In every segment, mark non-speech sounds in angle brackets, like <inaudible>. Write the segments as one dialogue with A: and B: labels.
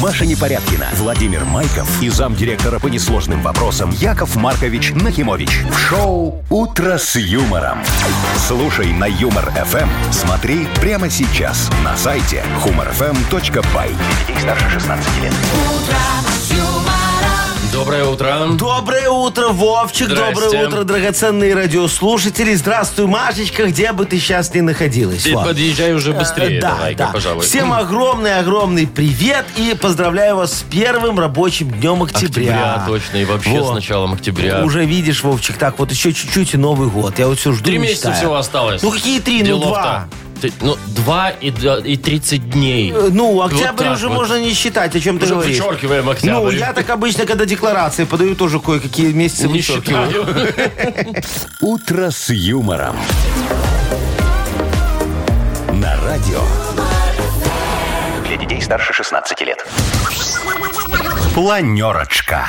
A: Маша Непорядкина, Владимир Майков и замдиректора по несложным вопросам Яков Маркович Нахимович. В шоу «Утро с юмором». Слушай на «Юмор-ФМ». Смотри прямо сейчас на сайте humorfm.by. Для детей старше 16 лет.
B: Доброе утро.
C: Доброе утро, Вовчик.
B: Здрасте.
C: Доброе утро, драгоценные радиослушатели. Здравствуй, Машечка, где бы ты сейчас ни находилась.
B: Ты
C: Во.
B: подъезжай уже быстрее,
C: Э, да,
B: давай-ка,
C: да.
B: пожалуй.
C: Всем огромный-огромный привет и поздравляю вас с первым рабочим днем октября.
B: Октября, точно, и вообще
C: Во.
B: с началом октября.
C: Уже видишь, Вовчик, так вот еще чуть-чуть и Новый год. Я вот все жду
B: Три
C: и
B: месяца
C: мечтаю.
B: всего осталось.
C: Ну какие три? Ну
B: Делов-то.
C: два.
B: Ты- Ну, два и, два- и 30 дней.
C: Э, Ну,
B: Вот
C: октябрь
B: так
C: уже
B: вот.
C: можно не считать, о чем ты
B: Уже
C: говоришь.
B: вычеркиваем октябрь.
C: Ну, я так обычно, когда декларации подаю, тоже кое-какие месяцы
B: не
C: вычеркиваю.
B: считаю.
A: «Утро с юмором». На радио. Для детей старше 16 лет. Планерочка.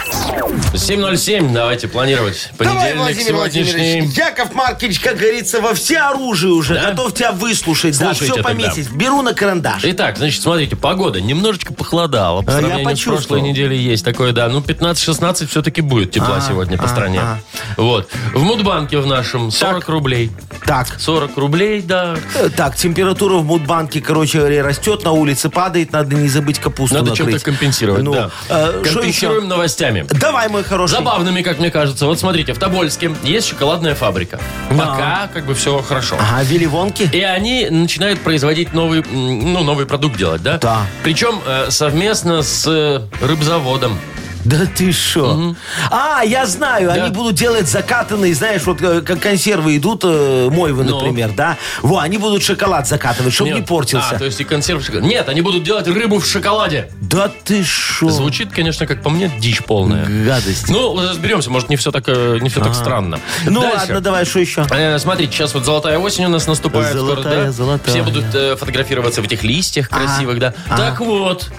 B: 7.07, давайте планировать.
C: Давай,
B: Понедельник
C: Владимир
B: сегодняшний.
C: Владимирович, Яков Маркович, как говорится, во все оружие уже. Готов тебя выслушать.
B: Слушайте
C: да, все
B: тогда.
C: пометить. Беру на карандаш.
B: Итак, значит, смотрите, погода немножечко похолодала. По
C: А, я
B: сравнению с
C: почувствовал.
B: прошлой неделей есть такое, да. Ну, 15-16 все-таки будет тепла
C: А,
B: сегодня по стране. Вот. В Мудбанке в нашем 40 рублей.
C: Так.
B: 40 рублей, да.
C: Э, Так, температура в Мудбанке, короче говоря, растет, на улице падает, надо не забыть капусту
B: Надо
C: накрыть.
B: чем-то компенсировать,
C: Ну,
B: да.
C: э, что
B: Компенсируем
C: еще?
B: новостями.
C: Давай, мой хороший.
B: Забавными, как мне кажется. Вот смотрите, в Тобольске есть шоколадная фабрика.
C: А.
B: Пока как бы все хорошо.
C: Ага, Вилли-вонки?
B: И они начинают производить новый, м, ну, новый продукт делать, да?
C: Да.
B: Причем э, совместно с э, рыбзаводом.
C: Да ты шо? А, я знаю, они будут делать закатанные, знаешь, вот э, как консервы идут, э, мойвы,
B: Ну.
C: например, да? Во, они будут шоколад закатывать, чтобы не
B: Нет.
C: портился.
B: А, то есть и консерв... в шоколаде. Нет, они будут делать рыбу в шоколаде.
C: Да ты шо?
B: Звучит, конечно, как по мне, дичь полная.
C: Гадость.
B: Ну, разберемся, может, не все так, э, не все так странно.
C: Ну
B: Дальше.
C: ладно, давай, что еще?
B: Э, Смотрите, сейчас вот золотая осень у нас наступает. скоро,
C: Золотая,
B: да?
C: золотая.
B: Все будут э, фотографироваться в этих листьях красивых, да. Так вот,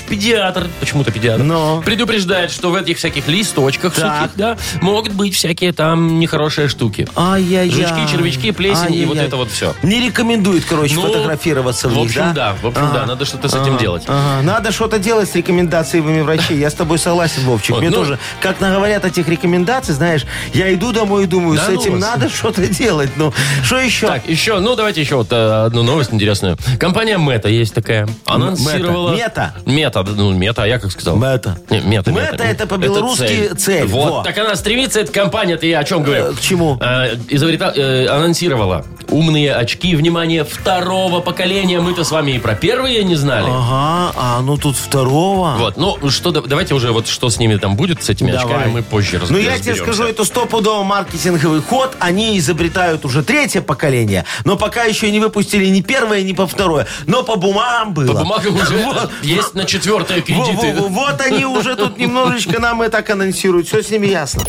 B: врач-педиатр, почему-то педиатр,
C: Но.
B: предупреждает, что в этих всяких листочках
C: Ну. Так.
B: сухих, да, могут быть всякие там нехорошие штуки.
C: Ай-яй-яй.
B: Жучки, червячки, плесень и вот
C: Ай-яй-яй.
B: это вот все.
C: Не рекомендует, короче,
B: Ну,
C: фотографироваться в
B: в
C: них,
B: общем, да, в общем, да, надо что-то с этим
C: Ага,
B: делать.
C: ага. Надо что-то делать с рекомендациями врачей. Я с тобой согласен, Вовчик.
B: Вот,
C: Мне
B: ну-
C: тоже, как наговорят этих рекомендаций, знаешь, я иду домой и думаю,
B: Да
C: с
B: ну
C: этим
B: вас.
C: надо что-то делать. Ну, что еще?
B: Так, еще, ну давайте еще вот э, одну новость интересную. Компания Мета есть такая. Анонсировала...
C: Мета.
B: Мета, ну Мета, а я как сказал?
C: Мета.
B: Не, мета,
C: Мета это по-белорусски
B: цель.
C: цель,
B: Вот.
C: во.
B: Так она стремится, эта компания, ты о чем говорю?
C: Э, к чему?
B: Э, изобрета- э, анонсировала умные очки, внимание, второго поколения. Мы-то с вами и про первые не знали.
C: Ага, а ну тут второго.
B: Вот, ну что, да- давайте уже вот что с ними там будет, с этими очками,
C: Давай.
B: мы позже раз-
C: Ну,
B: разберемся.
C: я тебе скажу, это стопудово маркетинговый ход. Они изобретают уже третье поколение, но пока еще не выпустили ни первое, ни по второе. Но по бумагам было.
B: По бумагам
C: <laughs>
B: уже есть на четвертое
C: Во-
B: кредиты.
C: во- во- Вот они уже тут немножечко нам и так анонсируют. Все с ними ясно.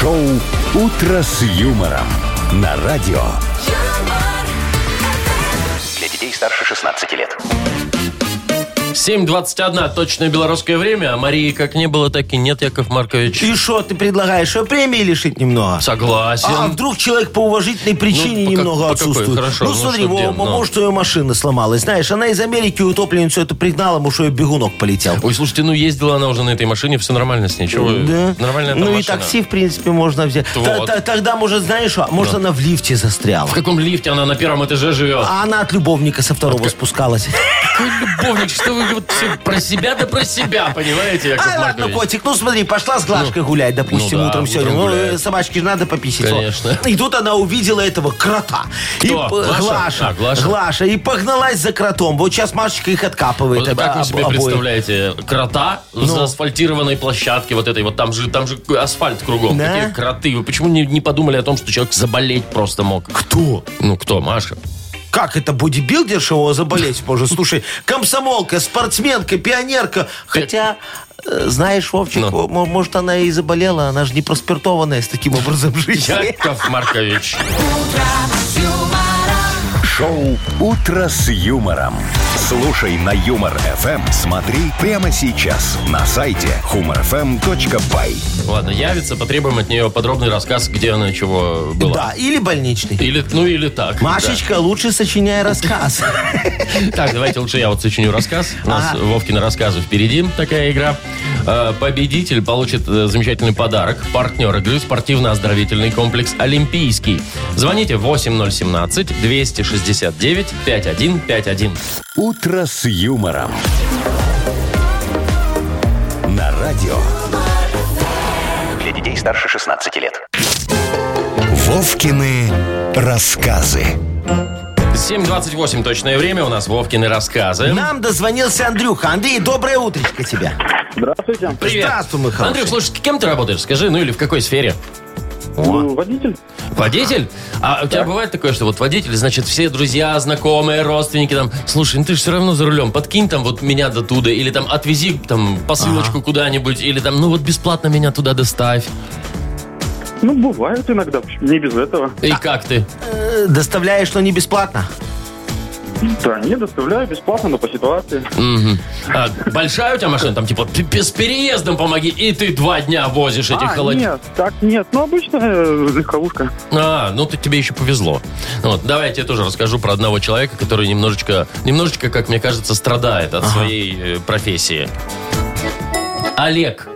A: Шоу «Утро с юмором» на радио.
D: юмор,
E: Для детей старше 16 лет.
B: 7.21, точное белорусское время, а Марии как не было, так и нет, Яков Маркович.
C: И что ты предлагаешь? Что премии лишить немного?
B: Согласен.
C: А вдруг человек по уважительной
B: Ну, по
C: причине
B: как-
C: немного
B: по какой?
C: отсутствует?
B: Хорошо,
C: ну,
B: ну,
C: смотри,
B: что
C: во,
B: где,
C: во,
B: но.
C: может, ее машина сломалась. Знаешь, она из Америки утопленницу эту пригнала, потому что ее бегунок полетел.
B: Ой, слушайте, ну ездила она уже на этой машине, все нормально с ней. Чего? вы?
C: Да.
B: Нормальная там
C: Ну и
B: машина.
C: такси, в принципе, можно взять.
B: Вот.
C: Т- т- Тогда, может, знаешь, что? может, она в лифте застряла.
B: В каком лифте она на первом этаже живет?
C: А она от любовника со второго спускалась.
B: Какой любовник, что вы вот все про себя да про себя, понимаете, Яков
C: Ай, ладно,
B: Маркович?
C: котик, ну смотри, пошла с Глашкой гулять, допустим,
B: ну да,
C: утром сегодня.
B: утром
C: Ну, э,
B: гуляет.
C: собачке же надо пописать.
B: Конечно.
C: вот. И тут она увидела этого крота. И
B: Кто?
C: п-
B: Глаша?
C: Глаша.
B: А, Глаша.
C: Глаша. И погналась за кротом. Вот сейчас Машечка их откапывает.
B: Вот
C: об-
B: как вы
C: об-
B: себе
C: обоих.
B: представляете крота за асфальтированной площадке вот этой вот там же там же асфальт кругом
C: Да?
B: какие кроты вы почему не, не подумали о том что человек заболеть просто мог
C: Кто?
B: ну кто Маша
C: Как это бодибилдерша его заболеть может? Слушай, комсомолка, спортсменка, пионерка. Хотя, э, знаешь, Вовчик,
B: Ну.
C: мо- может, она и заболела. Она же
B: <laughs>
C: не проспиртованная с таким образом жизни.
B: Яков Маркович
D: с юмором.
A: Шоу «Утро с юмором». Слушай на Юмор ФМ. Смотри прямо сейчас на сайте humorfm.by.
B: Ладно, явится, потребуем от нее подробный рассказ, где она и чего была.
C: Да, или больничный.
B: Или, ну или так.
C: Машечка, лучше
B: <laughs>
C: сочиняй рассказ.
B: да. Так, давайте лучше я вот сочиню рассказ. У нас
C: Ага.
B: Вовкины рассказы впереди такая игра. Э, Победитель получит э, замечательный подарок. Партнер игры спортивно-оздоровительный комплекс «Олимпийский». Звоните 8017-269-5151.
A: «Утро с юмором». На радио
E: Для детей старше 16 лет.
A: «Вовкины рассказы».
B: 7.28 точное время. У нас Вовкины рассказы.
C: Нам дозвонился Андрюха. Андрей, доброе утречко тебе.
D: Здравствуйте.
B: Привет.
C: здравствуй, мой хороший.
B: Андрюх, слушай, кем ты работаешь? Скажи, ну или в какой сфере?
D: Ну, Водитель?
B: Водитель? А у тебя бывает такое, что вот водитель, значит, все друзья, знакомые, родственники там, слушай, ну ты же все равно за рулем, подкинь там вот меня до туда, или там отвези там посылочку куда-нибудь, или там, ну вот бесплатно меня туда доставь.
D: Ну, бывают иногда, не без этого.
B: И как ты?
C: Э, Доставляешь, но не бесплатно. <laughs>
D: Да, не доставляю бесплатно, но по ситуации.
B: Мгм. А, большая у тебя машина, там типа «П- п- с переездом помоги, и ты два дня возишь этих
D: а,
B: холодильников.
D: нет, так нет. Ну, обычная э, легковушка.
B: А, ну ты тебе еще повезло. Ну Вот, давай я тебе тоже расскажу про одного человека, который немножечко, немножечко, как мне кажется, страдает от своей э, профессии. Олег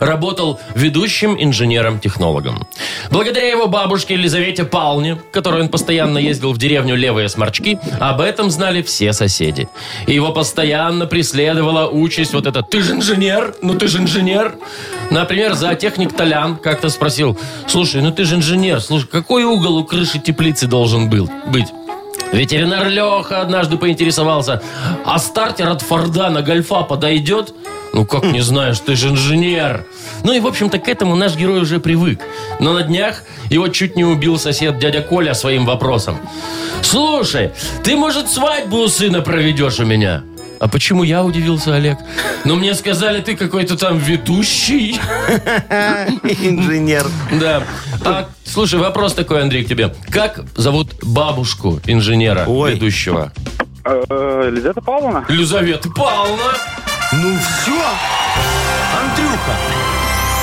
B: работал ведущим инженером-технологом. Благодаря его бабушке Елизавете Палне, которой он постоянно ездил в деревню Левые Сморчки, об этом знали все соседи. И его постоянно преследовала участь вот это «ты же инженер, ну ты же инженер». Например, зоотехник Толян как-то спросил «слушай, ну ты же инженер, слушай, какой угол у крыши теплицы должен был быть?» Ветеринар Леха однажды поинтересовался, а стартер от Форда на Гольфа подойдет? Ну как не знаешь, ты же инженер. Ну и, в общем-то, к этому наш герой уже привык. Но на днях его чуть не убил сосед дядя Коля своим вопросом. Слушай, ты, может, свадьбу у сына проведешь у меня? А почему я удивился, Олег? Ну, мне сказали, ты какой-то там ведущий. <laughs>
C: Инженер.
B: Да. А, слушай, вопрос такой, Андрей, к тебе. Как зовут бабушку инженера,
C: Ой.
B: ведущего?
D: Э, э, Лизавета Павловна?
B: Елизавета Павловна.
C: Ну все, Андрюха.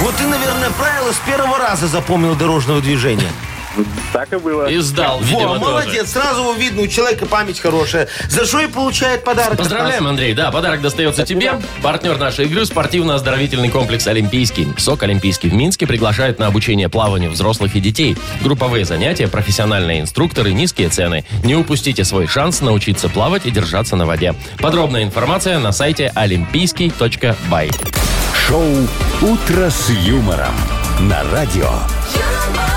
C: Вот ты, наверное, правила с первого раза запомнил
B: <laughs>
C: дорожного движения.
D: Так и было.
B: И сдал, видимо, тоже.
C: Во, молодец, сразу его видно, у человека память хорошая. За что и получает подарок. от нас.
B: Поздравляем, Андрей. Да, подарок достается тебе. Партнер нашей игры – спортивно-оздоровительный комплекс «Олимпийский». СОК «Олимпийский» в Минске приглашает на обучение плаванию взрослых и детей. Групповые занятия, профессиональные инструкторы, низкие цены. Не упустите свой шанс научиться плавать и держаться на воде. Подробная информация на сайте олимпийский.бай.
A: Шоу «Утро с юмором» на радио.
F: юмор,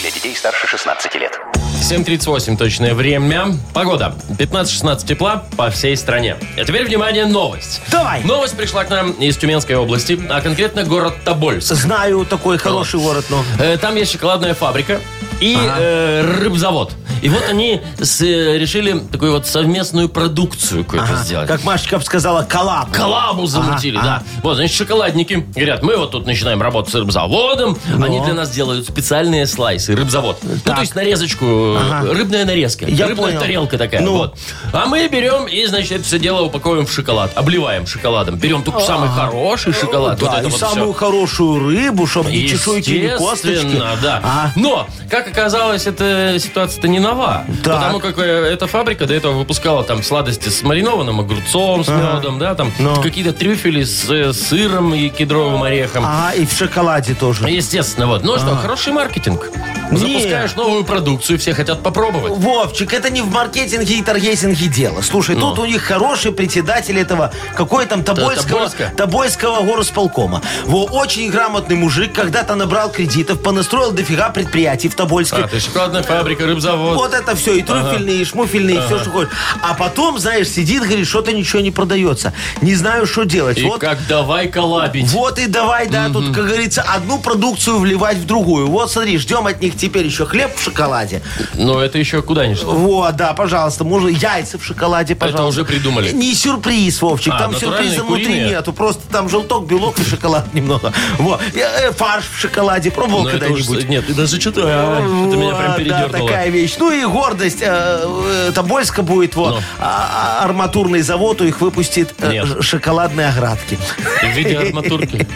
E: Для детей старше 16 лет.
B: 7.38 точное время. Погода. 15-16 тепла по всей стране. А теперь, внимание, новость.
C: Давай.
B: Новость пришла к нам из Тюменской области, а конкретно город Тобольск.
C: Знаю такой хороший город, но...
B: Э, Там есть шоколадная фабрика и э, рыбзавод. И вот они с, э, решили такую вот совместную продукцию какую-то
C: Ага,
B: сделать.
C: а, Как Машечка бы сказала, коллаб.
B: Коллабу замутили,
C: Ага,
B: да. Вот, значит, шоколадники говорят, мы вот тут начинаем работать с рыбзаводом. Они для нас делают специальные слайсы, рыбзавод. Ну,
C: Ну. Так.
B: то есть нарезочку, э,
C: Ага.
B: рыбная нарезка.
C: Я
B: рыбная
C: понял.
B: тарелка такая,
C: Ну.
B: вот. А мы берем и, значит, это все дело упаковываем в шоколад. Обливаем шоколадом. Берем только самый хороший шоколад.
C: А. Да,
B: вот это
C: и
B: вот все.
C: самую хорошую рыбу, чтобы ни чешуйки, ни косточки.
B: Естественно, да.
C: А,
B: Но, как оказалось, эта ситуация-то не нова.
C: Так.
B: Потому как э, эта фабрика до этого выпускала там сладости с маринованным огурцом, с медом, да, там
C: Ну. А.
B: какие-то трюфели с э, сыром и кедровым орехом.
C: ага, и в шоколаде тоже.
B: Естественно, вот. Ну
C: А.
B: что, хороший маркетинг.
C: Не.
B: Запускаешь новую продукцию, все хотят попробовать.
C: Вовчик, это не в маркетинге и таргетинге дело. Слушай,
B: Ну.
C: тут у них хороший председатель этого, какой там, Тобольского,
B: Тобольска?
C: Тобольского горосполкома. Во, очень грамотный мужик, когда-то набрал кредитов, понастроил дофига предприятий в Тобольске.
B: А, то есть шоколадная фабрика, рыбзавод.
C: Вот это все, и трюфельные, и шмуфельные, и все, что хочешь. А потом, знаешь, сидит, говорит, что-то ничего не продается. Не знаю, что делать.
B: И
C: вот,
B: как давай коллабить.
C: вот и давай, да, тут, как говорится, одну продукцию вливать в другую. Вот смотри, ждем от них теперь еще хлеб в шоколаде.
B: Но это еще куда ни шло.
C: Вот, да, пожалуйста, можно яйца в шоколаде, пожалуйста.
B: уже придумали.
C: Не сюрприз, Вовчик,
B: А,
C: там
B: натуральные,
C: сюрприза внутри
B: куриные?
C: нету, просто там желток, белок и шоколад немного. Вот, Э, э, фарш в шоколаде пробовал
B: Но Ну, это уж-
C: когда-нибудь?
B: Нет, ты даже что-то... Это меня прям
C: Вот, Да,
B: передернуло.
C: такая вещь. Ну и гордость э, э, Тобольска будет. Вот.
B: Ну.
C: А- а- арматурный завод у их выпустит э,
B: Нет.
C: ж- шоколадные оградки.
B: В <laughs> виде арматурки.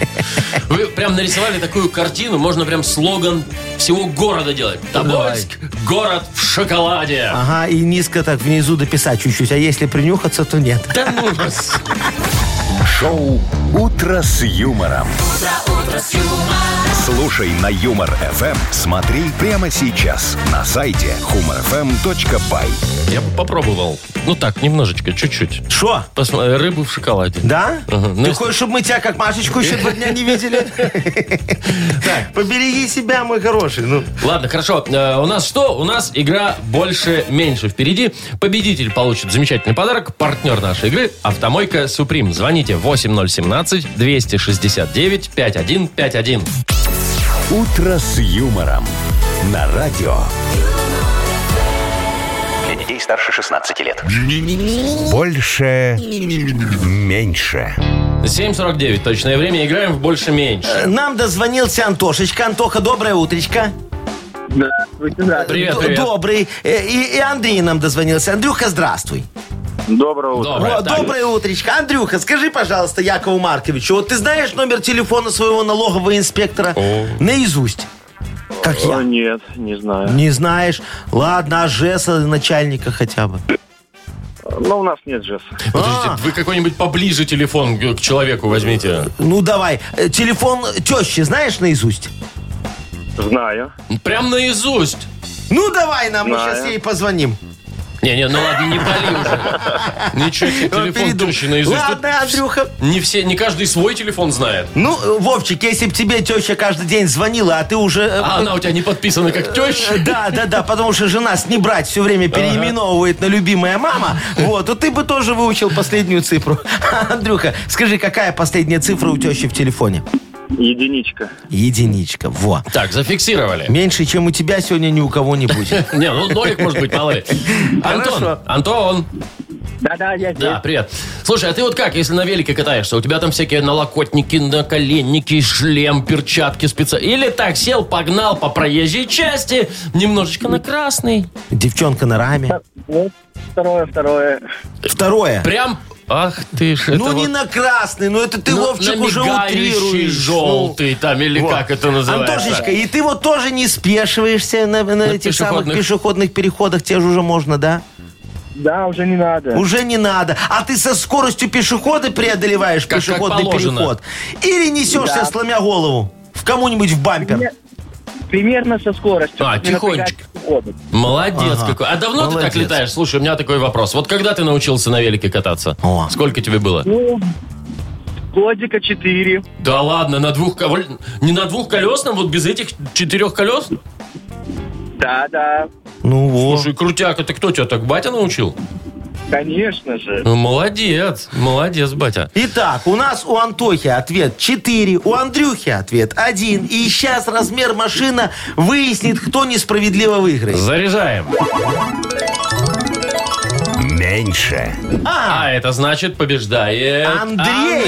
B: Вы прям нарисовали такую картину, можно прям слоган всего города делать. Тобольск, город в шоколаде.
C: Ага, и низко так внизу дописать чуть-чуть. А если принюхаться, то нет.
B: Да ну вас.
A: Шоу «Утро с юмором». Слушай на Юмор ФМ. Смотри прямо сейчас на сайте humorfm.by.
B: Я попробовал. Ну так, немножечко, чуть-чуть.
C: Что?
B: Посмотри, рыбу в шоколаде.
C: Да?
B: Ага, ну,
C: Ты
B: если-
C: хочешь, чтобы мы тебя как Машечку еще два дня
B: <laughs>
C: не видели? Так, побереги себя, мой хороший. Ну,
B: Ладно, хорошо. Э, у нас что? У нас игра больше-меньше впереди. Победитель получит замечательный подарок. Партнер нашей игры – автомойка «Суприм». Звоните 8017-269-5151.
A: «Утро с юмором» на радио.
E: Для детей старше 16 лет.
A: Больше. Меньше.
B: 7.49 точное время. Играем в больше-меньше.
C: Нам дозвонился Антошечка. Антоха, доброе утречко.
D: Здравствуйте, здравствуйте.
B: Привет,
C: Д-
B: привет.
C: Добрый. Э, И, и Андрей нам дозвонился. Андрюха, здравствуй.
D: Доброе утро.
B: Доброе,
C: О,
B: так.
C: доброе утречко. Андрюха, скажи, пожалуйста, Якову Марковичу, вот ты знаешь номер телефона своего налогового инспектора? Наизусть. Как
D: О,
C: я?
D: Ну, нет, не знаю.
C: Не знаешь? Ладно, а Жеса начальника хотя бы.
D: Но Ну, у нас нет ЖЭС.
C: А.
B: Подождите, вы какой-нибудь поближе телефон к к человеку возьмите.
C: Ну, давай. Э, Телефон тещи знаешь наизусть?
D: Знаю.
B: Прям наизусть.
C: Ну, давай нам, мы
D: Знаю.
C: сейчас ей позвоним.
B: Не-не, ну ладно, не пали уже. Ничего
C: <laughs>
B: себе,
C: Э,
B: телефон
C: перейду.
B: тещи наизусть.
C: Ладно, Андрюха.
B: Не все, не каждый свой телефон знает.
C: Ну, э, Вовчик, если бы тебе теща каждый день звонила, а ты уже... э,
B: А она у тебя не подписана как теща.
C: <laughs> Да, да, да, потому что жена с не брать все время переименовывает на любимая мама. Вот, то ты бы тоже выучил последнюю цифру. <laughs> Андрюха, скажи, какая последняя цифра у тещи в телефоне?
D: Единичка.
C: Единичка, во.
B: Так, зафиксировали.
C: Меньше, чем у тебя сегодня ни у кого
B: <laughs>
C: не будет.
B: Не, ну нолик может быть, мало ли. Антон,
C: Хорошо.
B: Антон,
D: Да-да, я
B: да, привет. Слушай, а ты вот как, если на велике катаешься, у тебя там всякие налокотники, наколенники, шлем, перчатки спеца... Или так, сел, погнал по проезжей части, немножечко на красный.
C: Девчонка на раме.
D: Второе, второе.
C: Второе.
B: Прям, ах ты ж, это
C: Ну, не
B: вот-
C: на красный, ну это ты,
B: Ну,
C: Вовчик,
B: на
C: уже
B: мигающий
C: утрируешь. Ну,
B: желтый там, или
C: Вот.
B: как это называется.
C: Антошечка, и ты вот тоже не спешиваешься на, на этих
B: пешеходных.
C: самых пешеходных переходах, тебе же уже можно, да?
D: Да, уже не надо.
C: Уже не надо. А ты со скоростью пешехода преодолеваешь
B: Как- как
C: пешеходный
B: положено.
C: переход. Или несешься,
D: Да.
C: сломя голову, в кому-нибудь в бампер.
D: Нет. Примерно со скоростью.
B: А,
D: Не
B: тихонечко.
D: напрягать ходу.
B: Молодец
C: Ага.
B: какой. А давно ты так
C: Молодец.
B: летаешь? Слушай, у меня такой вопрос. Вот когда ты научился на велике кататься?
C: О.
B: Сколько тебе было?
D: Ну, годика четыре.
B: Да ладно, на двух кол- не на двухколесном, вот без этих четырех колес?
D: Да-да,
C: Ну вот.
B: Слушай, крутяк, это кто тебя так батя научил?
D: конечно же.
B: Ну, молодец, молодец, батя.
C: Итак, у нас у Антохи ответ 4, у Андрюхи ответ 1. И сейчас размер машина выяснит, кто несправедливо выиграет.
B: Заряжаем.
A: Меньше.
B: А это значит побеждает
C: Андрей,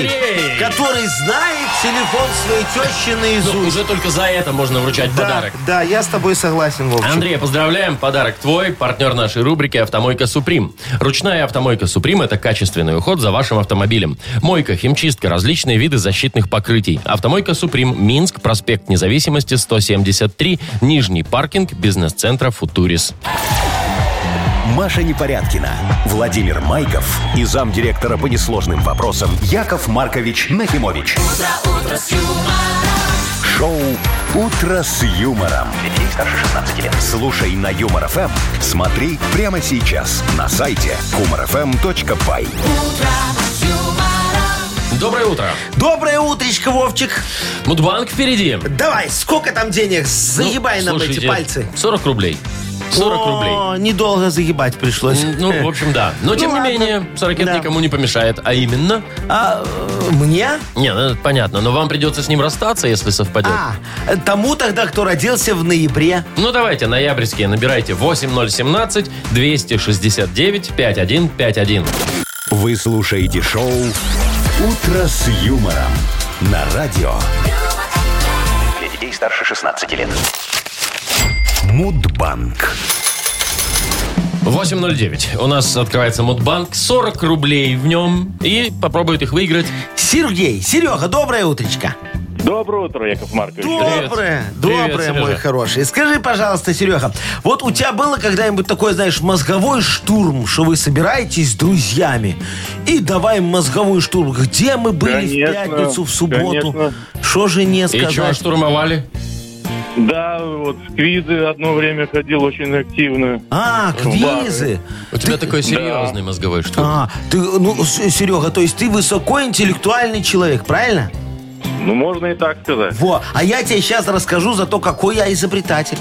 B: Андрей.
C: который знает телефон своей тещи
B: Ну,
C: наизусть.
B: уже только за это можно вручать подарок.
C: Да, я с тобой согласен, Вовчик.
B: Андрей, поздравляем. Подарок твой. Партнер нашей рубрики «Автомойка Суприм». Ручная «Автомойка Суприм» — это качественный уход за вашим автомобилем. Мойка, химчистка, различные виды защитных покрытий. «Автомойка Суприм», Минск, проспект Независимости, 173, Нижний паркинг, бизнес-центра «Футурис».
A: Маша Непорядкина, Владимир Майков и замдиректора по несложным вопросам Яков Маркович Нахимович. Шоу «Утро с юмором».
E: Для детей старше 16 лет.
A: Слушай на Юмор ФМ, смотри прямо сейчас на сайте эм humorfm.by.
B: Доброе утро.
C: Доброе утречко, Вовчик.
B: Мудбанк впереди.
C: Давай, сколько там денег? Заебай
B: Ну,
C: нам эти
B: слушайте,
C: пальцы.
B: 40 рублей. 40 рублей.
C: О, недолго загибать пришлось.
B: Ну, в общем, да. Но, тем
C: Ну,
B: не
C: ладно.
B: менее, 40 лет
C: Да.
B: никому не помешает. А именно...
C: А э, мне?
B: Не, ну, это понятно, но вам придется с ним расстаться, если совпадет.
C: А, э, тому тогда, кто родился в ноябре.
B: Ну, давайте, ноябрьские, набирайте 8017-269-5151.
A: Вы слушаете шоу «Утро с юмором» на радио
E: Для детей старше 16 лет.
A: Мудбанк.
B: 8.09. У нас открывается Мудбанк. 40 рублей в нем. И попробует их выиграть.
C: Сергей. Серега, доброе утречко.
D: Доброе утро, Яков Маркович.
B: Привет.
C: Доброе,
B: Привет,
C: доброе,
B: Сережа.
C: мой хороший. Скажи, пожалуйста, Серега, вот у тебя было когда-нибудь такой, знаешь, мозговой штурм, что вы собираетесь с друзьями и давай мозговой штурм. Где мы были
D: Конечно,
C: в пятницу, в субботу?
D: конечно.
C: Что же не
B: И чего
C: сказать?
B: штурмовали?
D: Да, вот в квизы одно время ходил очень активно.
C: а, квизы.
B: У тебя такой серьезный мозговой штурм.
C: А, ты, ну, С- Серега, то есть ты высокоинтеллектуальный человек, правильно?
D: Ну, можно и так сказать.
C: Во, а я тебе сейчас расскажу за то, какой я изобретатель.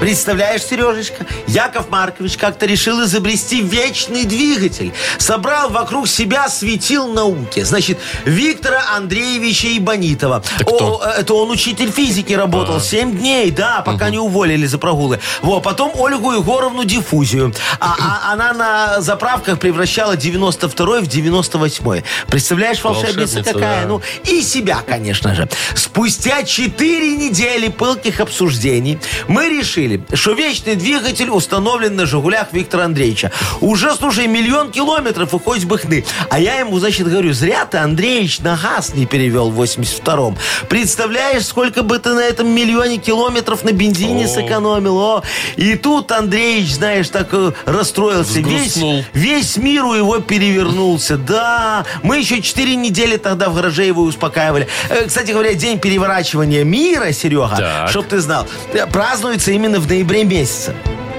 C: Представляешь, Сережечка, Яков Маркович как-то решил изобрести вечный двигатель. Собрал вокруг себя светил науки. Значит, Виктора Андреевича Ибонитова.
B: кто? А.
C: О, э, это он учитель физики работал. Семь дней, да, пока не уволили за прогулы. Во, потом Ольгу Егоровну Диффузию. А, а она на заправках превращала 92 в 98. Представляешь, волшебница,
B: Волшебница,
C: какая?
B: да.
C: Ну, и себя, конечно же. Спустя 4 недели пылких обсуждений мы решили, что вечный двигатель установлен на «Жигулях» Виктора Андреевича. Уже, слушай, миллион километров и хоть бы хны. А я ему, значит, говорю, зря ты, Андреевич, на газ не перевел в 82-м. Представляешь, сколько бы ты на этом миллионе километров на бензине
B: О.
C: сэкономил, о. И тут Андреевич, знаешь, так э, расстроился. Весь,
B: Сгрустнул.
C: Весь мир у его перевернулся. Да, мы еще 4 недели тогда в гараже его успокаивали. Э, Кстати говоря, день переворачивания мира, Серега,
B: Так.
C: чтоб ты знал, э, празднуется именно в ноябре месяце.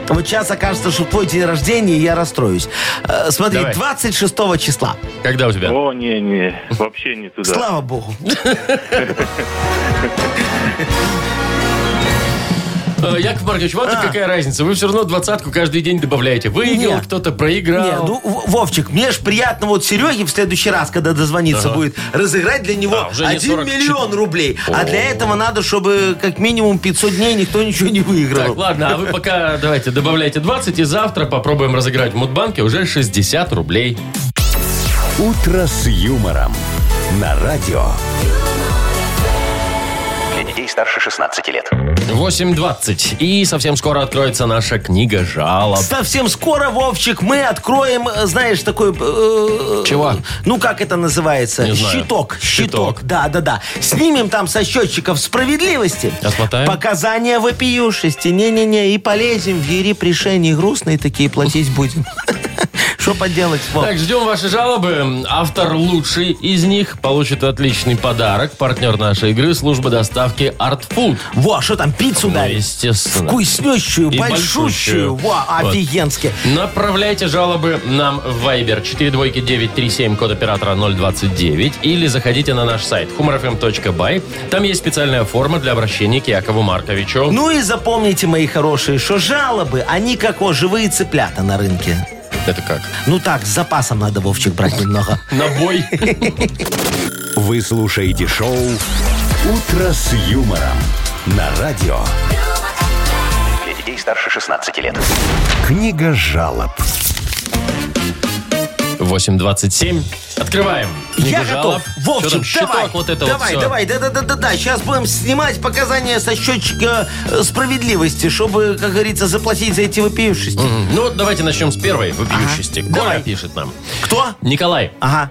C: Вот сейчас окажется, что твой день рождения, и я расстроюсь. Э, Смотри,
B: Давай.
C: 26 числа.
B: Когда у тебя?
D: О, не-не, вообще не туда.
C: Слава богу.
B: Э, Яков Маркович, вам-то
C: А.
B: какая разница? Вы все равно двадцатку каждый день добавляете. Выиграл,
C: Не.
B: кто-то проиграл.
C: Не, ну, В- Вовчик, мне ж приятно вот Сереге в следующий раз, когда дозвониться будет, разыграть для него
B: А, уже не
C: 1
B: 44.
C: миллион рублей. А для
B: О.
C: этого надо, чтобы как минимум 500 дней никто ничего не выиграл.
B: Так, ладно, а вы пока давайте добавляйте 20, и завтра попробуем разыграть в Мудбанке уже 60 рублей.
A: «Утро с юмором» на радио.
E: Для детей старше 16 лет.
B: 8.20. И совсем скоро откроется наша книга жалоб.
C: Совсем скоро, Вовчик, мы откроем, э, знаешь, такой... э,
B: Чего?
C: Ну, как это называется?
B: Не знаю.
C: Щиток.
B: Щиток.
C: Щиток. Да, да, да. Снимем там со счетчиков справедливости.
B: Отмотаем?
C: Показания вопиюшести. Не-не-не. И полезем в гири решений грустные такие платить будем. <laughs> Что поделать, Вов?
B: Так, ждем ваши жалобы. Автор лучший из них получит отличный подарок. Партнер нашей игры – служба доставки Art Food.
C: Во, что там, пиццу
B: Ну,
C: дали?
B: естественно.
C: Вкуснющую,
B: И большущую.
C: большущую. Во,
B: Вот.
C: офигенски.
B: Направляйте жалобы нам в Viber 42937, код оператора 029, или заходите на наш сайт humorfm.by. Там есть специальная форма для обращения к Якову Марковичу.
C: Ну и запомните, мои хорошие, что жалобы, они как о, живые цыплята на рынке.
B: это как?
C: Ну так, с запасом надо, Вовчик, брать немного.
B: На бой.
A: Вы слушаете шоу «Утро с юмором» на радио.
E: Для детей старше 16 лет.
A: Книга жалоб.
B: 8.27. Открываем. книгу
C: Я
B: жалоб.
C: готов. Вовчик,
B: Что там, щиток
C: давай.
B: вот это вот
C: давай,
B: всё?
C: давай, да-да-да-да-да. Сейчас будем снимать показания со счетчика э, справедливости, чтобы, как говорится, заплатить за эти вопиюшести.
B: Мгм. Ну, давайте начнем с первой вопиющести. Коля
C: давай.
B: пишет нам.
C: Кто?
B: Николай,
C: Ага.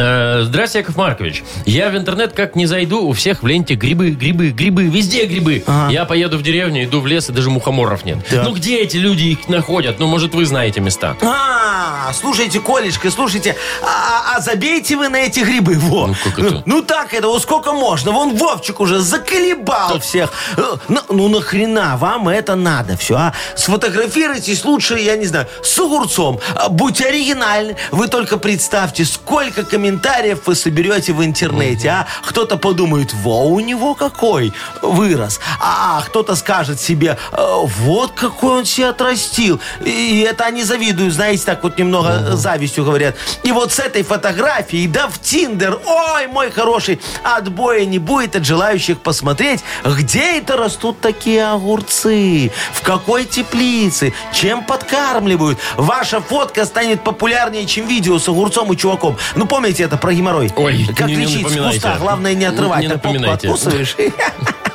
B: Э, Здравствуйте, Яков Маркович. Я в интернет как не зайду, у всех в ленте грибы, грибы, грибы, везде грибы. Я поеду в деревню, иду в лес, и даже мухоморов нет. Ну где эти люди их находят? Ну, может, вы знаете места.
C: А, слушайте, Колечка, слушайте, а, а- а забейте вы на эти грибы, во.
B: Ну, как это?
C: Ну, так это, вот сколько можно. Вон Вовчик уже заколебал всех. Э, на- ну, нахрена вам это надо все, а? Сфотографируйтесь лучше, я не знаю, с огурцом. А, Будьте оригинальны. Вы только представьте, сколько комментариев вы соберете в интернете, а? Кто-то подумает, во, у него какой вырос. А, а кто-то скажет себе, «Э, вот какой он себе отрастил. И, и это они завидуют, знаете, так вот немного э, завистью говорят. И вот с этой фотографией, да в Тиндер, ой, мой хороший, отбоя не будет от желающих посмотреть, где это растут такие огурцы, в какой теплице, чем подкармливают. Ваша фотка станет популярнее, чем видео с огурцом и чуваком. Ну, помните это про геморрой?
B: Ой,
C: как
B: не- не
C: лечить с
B: напоминайте.
C: куста, главное не
B: Не
C: отрывать. а попку
B: напоминайте.
C: откусываешь. <laughs>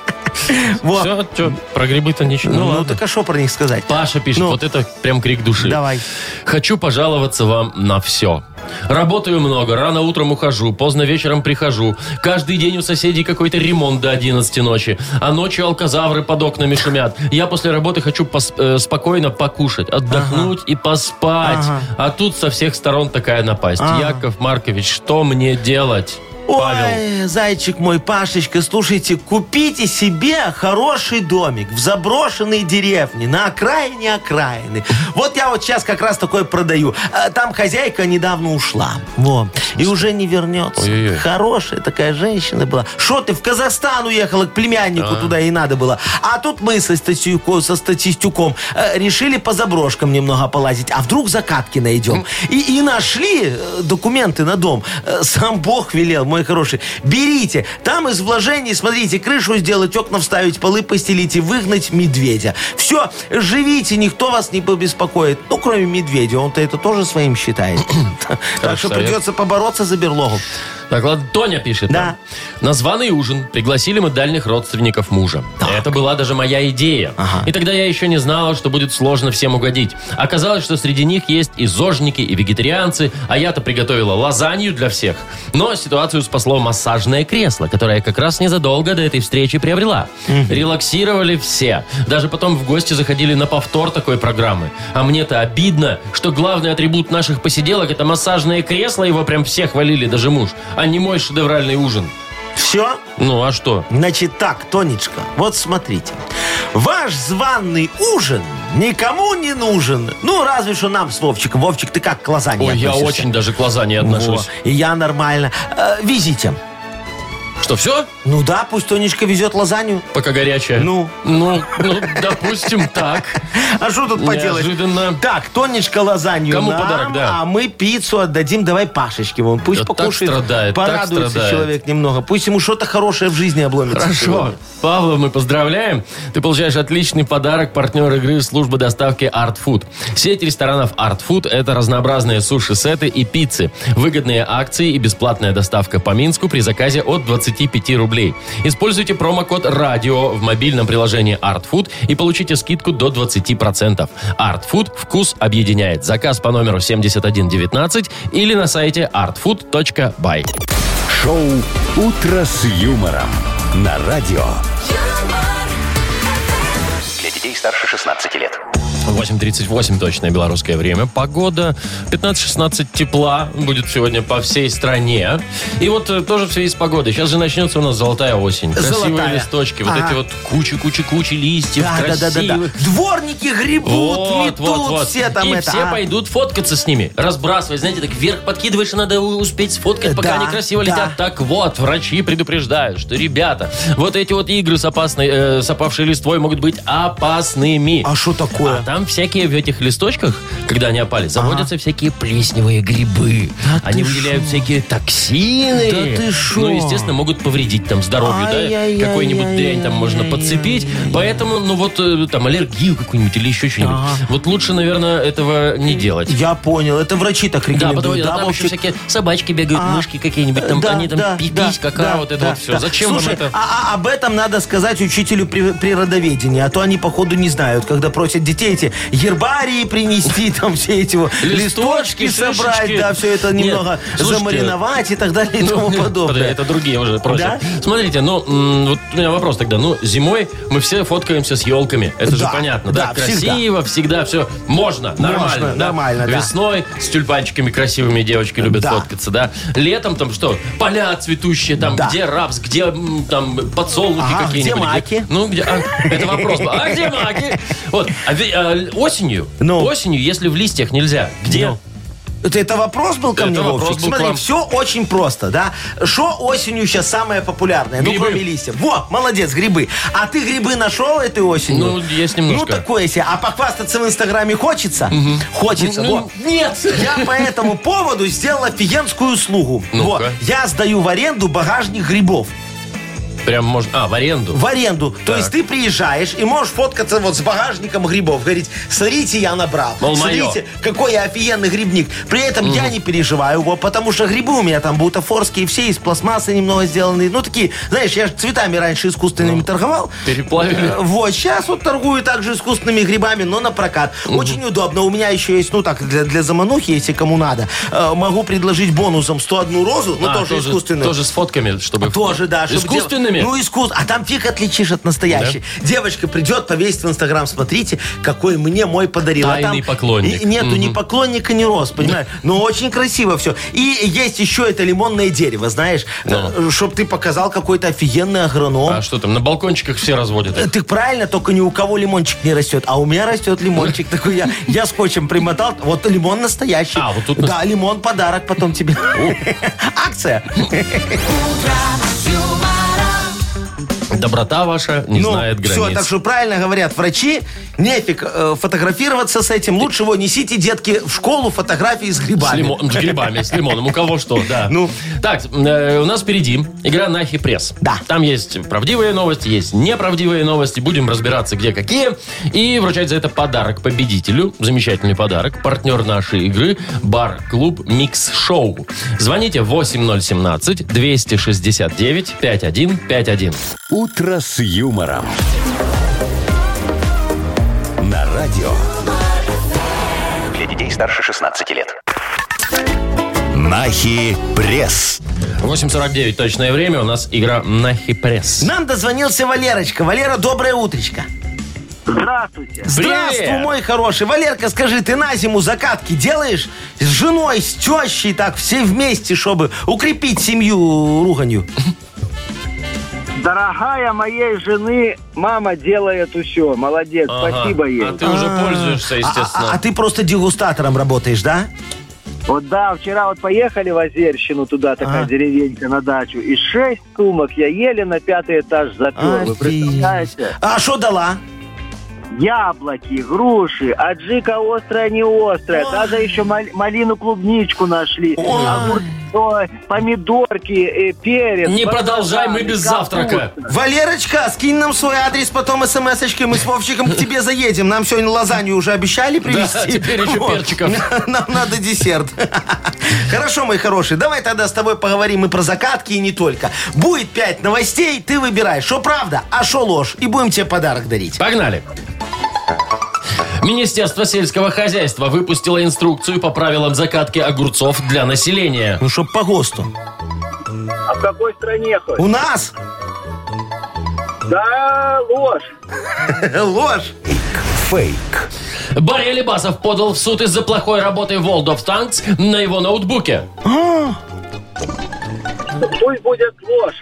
C: Вот.
B: Все, про грибы-то ничего.
C: Ну,
B: ладно.
C: так а что про них сказать?
B: Паша пишет,
C: Ну.
B: вот это прям крик души.
C: Давай.
B: Хочу пожаловаться вам на все. Работаю много, рано утром ухожу, поздно вечером прихожу. Каждый день у соседей какой-то ремонт до 11 ночи. А ночью алкозавры под окнами шумят. Я после работы хочу пос- э, спокойно покушать, отдохнуть и поспать.
C: Ага.
B: А тут со всех сторон такая напасть.
C: Ага.
B: Яков Маркович, что мне делать? Павел.
C: Ой, зайчик мой, Пашечка, слушайте, купите себе хороший домик в заброшенной деревне, на окраине окраины. Вот я вот сейчас как раз такой продаю. А, Там хозяйка недавно ушла. Во. И уже не вернется.
B: Ой-ой-ой.
C: Хорошая такая женщина была. Что ты, в Казахстан уехала к племяннику туда и надо было. А тут мы со, статистюко- со статистюком э, решили по заброшкам немного полазить. А вдруг закатки найдем? И, и нашли э, документы на дом. Э, Сам Бог велел, мой хороший. Берите. Там из вложений, смотрите, крышу сделать, окна вставить, полы постелить и выгнать медведя. Все, живите, никто вас не побеспокоит. Ну, кроме медведя. Он-то это тоже своим считает. Так что
B: совет.
C: придется побороться за берлогу.
B: Так, ладно, Тоня пишет.
C: Да.
B: нам. На званый ужин пригласили мы дальних родственников мужа. Это была даже моя идея. И тогда я еще не знала, что будет сложно всем угодить. Оказалось, что среди них есть и зожники, и вегетарианцы, а я-то приготовила лазанью для всех. Но ситуацию спасло массажное кресло, которое я как раз незадолго до этой встречи приобрела. Релаксировали все. Даже потом в гости заходили на повтор такой программы. А мне-то обидно, что главный атрибут наших посиделок это массажное кресло, его прям все хвалили, даже муж, а не мой шедевральный ужин.
C: Все?
B: Ну а что?
C: Значит так, Тонечка, вот смотрите. Ваш званный ужин никому не нужен. Ну, разве что нам с Вовчиком. Вовчик, ты как к лазанье
B: Ой, я
C: относишься?
B: очень даже к лазанье
C: Во,
B: отношусь.
C: и я нормально. Э, везите.
B: Что, все?
C: Ну да, пусть Тонечка везет лазанью.
B: Пока горячая.
C: Ну.
B: Ну, ну, допустим, так.
C: А что тут поделать?
B: Неожиданно.
C: Так, Тонечка лазанью
B: Кому
C: нам,
B: подарок, да.
C: а мы пиццу отдадим, давай Пашечке. Вон, пусть
B: Да так
C: покушает,
B: страдает, так
C: порадуется
B: страдает.
C: человек немного. Пусть ему что-то хорошее в жизни обломится.
B: Хорошо.
C: сегодня.
B: Павла, мы поздравляем. Ты получаешь отличный подарок. Партнер игры служба доставки Art Food. Сеть ресторанов Art Food – это разнообразные суши-сеты и пиццы, выгодные акции и бесплатная доставка по Минску при заказе от 25 рублей. Используйте промокод «Радио» в мобильном приложении Art Food и получите скидку до 20%. Art Food – вкус объединяет. Заказ по номеру 7119 или на сайте artfood.by.
A: Шоу «Утро с юмором» на радио.
F: юмор,
E: Для детей старше 16 лет.
B: 8.38 точное белорусское время. Погода 15-16 тепла будет сегодня по всей стране. И вот э, тоже в связи с погодой. Сейчас же начнется у нас золотая осень. Красивые
C: Золотая.
B: листочки. Вот
C: Ага.
B: эти вот куча-куча-куча листьев
C: Да, да, да, да, да.
B: красивых.
C: Дворники гребут,
B: Вот,
C: метут,
B: вот, вот.
C: все там
B: и
C: это.
B: все
C: а.
B: пойдут фоткаться с ними, разбрасывать. Знаете, так вверх подкидываешь, и надо у- успеть сфоткать, пока
C: Да,
B: они красиво
C: да.
B: летят. Так вот, врачи предупреждают, что, ребята, вот эти вот игры с, опасной, э, с опавшей листвой могут быть опасными.
C: А что такое?
B: А там всякие в этих листочках, когда они опали, заводятся всякие плесневые грибы. они
C: ты
B: выделяют всякие токсины.
C: Да ты шо?
B: Ну, естественно, могут повредить там здоровью,
C: Ай-яй-яй-яй-яй-яй.
B: да? Какой-нибудь дрянь там можно подцепить. Поэтому, ну вот, э, там, аллергию какую-нибудь или еще что-нибудь. Вот лучше, наверное, этого не делать.
C: Я понял, это врачи так
B: Да, потому
C: рекомендуют.
B: что там еще
C: Вовчик?
B: всякие собачки бегают,
C: А,
B: мышки какие-нибудь, там,
C: да,
B: они там
C: да,
B: пипись,
C: да,
B: какая,
C: да,
B: вот это
C: да,
B: вот все.
C: да.
B: Зачем вам
C: Слушай,
B: это?
C: А, а об этом надо сказать учителю при- природоведения, а то они, походу, не знают, когда просят детей эти эти гербарии принести, <laughs> там все эти вот
B: Листочки,
C: листочки собрать,
B: шишечки.
C: да, все это
B: Нет,
C: немного
B: слушайте,
C: замариновать и так далее и
B: Ну,
C: тому
B: подожди,
C: подобное.
B: Это другие уже просят.
C: Да?
B: Смотрите, ну, м, вот у меня вопрос тогда. Ну, зимой мы все фоткаемся с елками. Это же
C: Да,
B: понятно,
C: да,
B: да? Красиво, всегда все. Можно, нормально. да?
C: нормально, да.
B: Весной с тюльпанчиками красивыми девочки любят
C: Да.
B: фоткаться, да? Летом там что? Поля цветущие, там
C: Да.
B: где рапс, где м, там подсолнухи
C: Ага,
B: какие-нибудь.
C: где маки?
B: Ну, где, а, это вопрос. был. А где маки? Вот. А ве- а осенью,
C: Ну.
B: осенью, если в листьях нельзя, где?
C: Ну. Это, это вопрос был ко
B: Это
C: мне,
B: вопрос
C: Вовчик?
B: был к
C: Смотри,
B: вам.
C: все очень просто, да? Что осенью сейчас самое популярное? Ну,
B: Грибы.
C: кроме листьев. Во, молодец, грибы. А ты грибы нашел этой осенью?
B: Ну, есть немножко.
C: Ну, такое себе. А похвастаться в Инстаграме хочется? Хочется,
B: Ну,
C: во.
B: нет!
C: Я по этому поводу сделал офигенскую услугу.
B: Ну-ка.
C: Вот. Я сдаю в аренду багажник грибов.
B: Прям можно... А, в аренду.
C: В аренду. То есть ты приезжаешь и можешь фоткаться вот с багажником грибов. Говорить, смотрите, я набрал.
B: Мол, моё.
C: смотрите, какой я офигенный грибник. При этом я не переживаю его, потому что грибы у меня там бутафорские, все из пластмассы немного сделаны. Ну, такие, знаешь, я же цветами раньше искусственными торговал.
B: Ну, переплавили.
C: Э, Вот, сейчас вот торгую также искусственными грибами, но на прокат. Очень удобно. У меня еще есть, ну так, для, для заманухи, если кому надо, э, могу предложить бонусом 101 розу, но
B: А,
C: тоже, искусственную.
B: Тоже с фотками, чтобы...
C: А Тоже, да. чтобы дел-
B: Искусственными?
C: Ну, искус... А там фиг отличишь от настоящей. Девочка придет, повесит в Инстаграм, смотрите, какой мне мой подарил. А
B: Тайный
C: там
B: поклонник.
C: и- Нету ни
B: Мгм.
C: поклонника, ни роз, понимаешь? Но очень красиво все. И есть еще это лимонное дерево, знаешь,
B: Ну.
C: чтобы ты показал какой-то офигенный агроном.
B: А что там, на балкончиках все разводят?
C: Э,
B: их.
C: Ты правильно, только ни у кого лимончик не растет. А у меня
B: <laughs>
C: растет лимончик такой. Я, я скотчем примотал. Вот лимон настоящий.
B: А, вот тут нас-
C: да, лимон подарок потом тебе. <laughs> Акция.
B: Доброта ваша не знает границ.
C: все, ну, так что правильно говорят врачи, нефиг э, фотографироваться с этим. Лучше его несите, детки, в школу фотографии с
B: С,
C: грибами.
B: лимо- с грибами, с лимоном. У кого что, да.
C: Ну.
B: Так, э, у нас впереди игра «Нахи пресс».
C: Да.
B: Там есть правдивые новости, есть неправдивые новости. Будем разбираться, где какие. И вручать за это подарок победителю. Замечательный подарок. Партнер нашей игры – бар-клуб «Микс Шоу». Звоните 8017-269-5151.
A: «Утро с юмором». На радио.
E: Для детей старше 16 лет.
A: Нахи пресс.
B: 8.49 точное время. У нас игра «Нахи пресс».
C: Нам дозвонился Валерочка. Валера, доброе утречко.
F: Здравствуйте.
C: Здравствуй, мой хороший. Валерка, скажи, ты на зиму закатки делаешь? С женой, с тещей так, все вместе, чтобы укрепить семью руганью. А,
F: Дорогая моей жены, мама делает все. Молодец,
B: Ага.
F: спасибо ей.
B: А ты уже пользуешься,
C: А, а- а
B: естественно.
C: ты просто дегустатором работаешь, да?
F: Вот да, вчера вот поехали в Озерщину туда, такая
C: А.
F: деревенька на дачу. И шесть сумок я еле на пятый этаж запер. Вы
C: Офигеть.
F: представляете?
C: А что дала?
F: Яблоки, груши, аджика острая, не острая.
C: Ой.
F: Даже еще мал- малину, клубничку нашли.
C: Ой.
F: Огурцы, помидорки, э, перец.
B: а, Не
F: баклажаны,
B: продолжай, мы без завтрака.
F: капуста.
C: Валерочка, скинь нам свой адрес, потом смс-очкой, мы с Вовчиком к тебе заедем. Нам сегодня лазанью уже обещали привезти.
B: Да, теперь еще перчиков.
C: <laughs> Нам надо десерт. <laughs> Хорошо, мой хороший, давай тогда с тобой поговорим и про закатки, и не только. Будет пять новостей, ты выбирай, что правда, а что ложь, и будем тебе подарок дарить.
B: Погнали. Министерство сельского хозяйства выпустило инструкцию по правилам закатки огурцов для населения.
C: Ну, чтоб по ГОСТу.
F: А в какой стране хоть?
C: У нас <laughs>
F: Да, ложь.
C: ложь.
A: Фейк.
B: Боря Лебасов подал в суд из-за плохой работы World of Tanks на его ноутбуке.
F: Пусть будет ложь.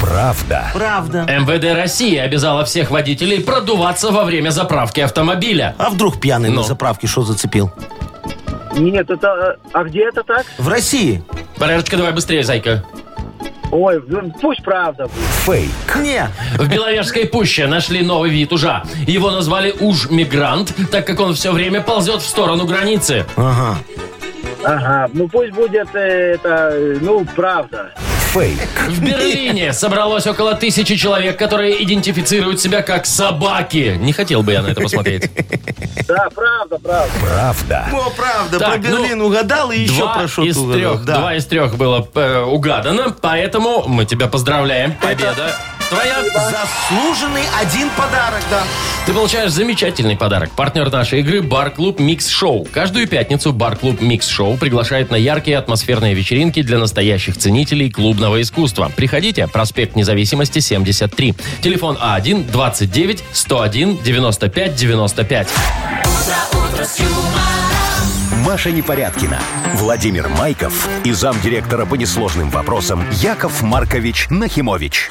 A: Правда.
C: Правда.
B: МВД России обязала всех водителей продуваться во время заправки автомобиля.
C: А вдруг пьяный
B: Ну.
C: на заправке что зацепил?
F: Нет, это... А где это так?
C: В России?
B: Борярочка, давай быстрее, зайка.
F: Ой, ну, пусть правда будет.
A: Фейк.
C: Не.
B: В Беловежской пуще нашли новый вид ужа. Его назвали уж-мигрант, так как он все время ползет в сторону границы.
C: Ага.
F: Ага, ну пусть будет э, это... э, Ну, правда.
A: Фейк.
B: В Берлине собралось около тысячи человек, которые идентифицируют себя как собаки. Не хотел бы я на это
C: <laughs>
B: посмотреть.
F: Да, правда, правда.
A: Правда.
C: О, правда,
B: Так,
C: про Берлин
B: ну,
C: угадал и еще
B: Два
C: про шутку
B: из
C: угадал.
B: трех,
C: Да.
B: два из трех было э, угадано, поэтому мы тебя поздравляем. Победа. твоя...
C: Заслуженный один подарок, да.
B: Ты получаешь замечательный подарок. Партнер нашей игры – Бар-клуб Микс Шоу. Каждую пятницу Бар-клуб Микс Шоу приглашает на яркие атмосферные вечеринки для настоящих ценителей клубного искусства. Приходите, проспект Независимости, 73. Телефон А А1-29-101-95-95.
A: Маша Непорядкина, Владимир Майков и замдиректора по несложным вопросам Яков Маркович Нахимович.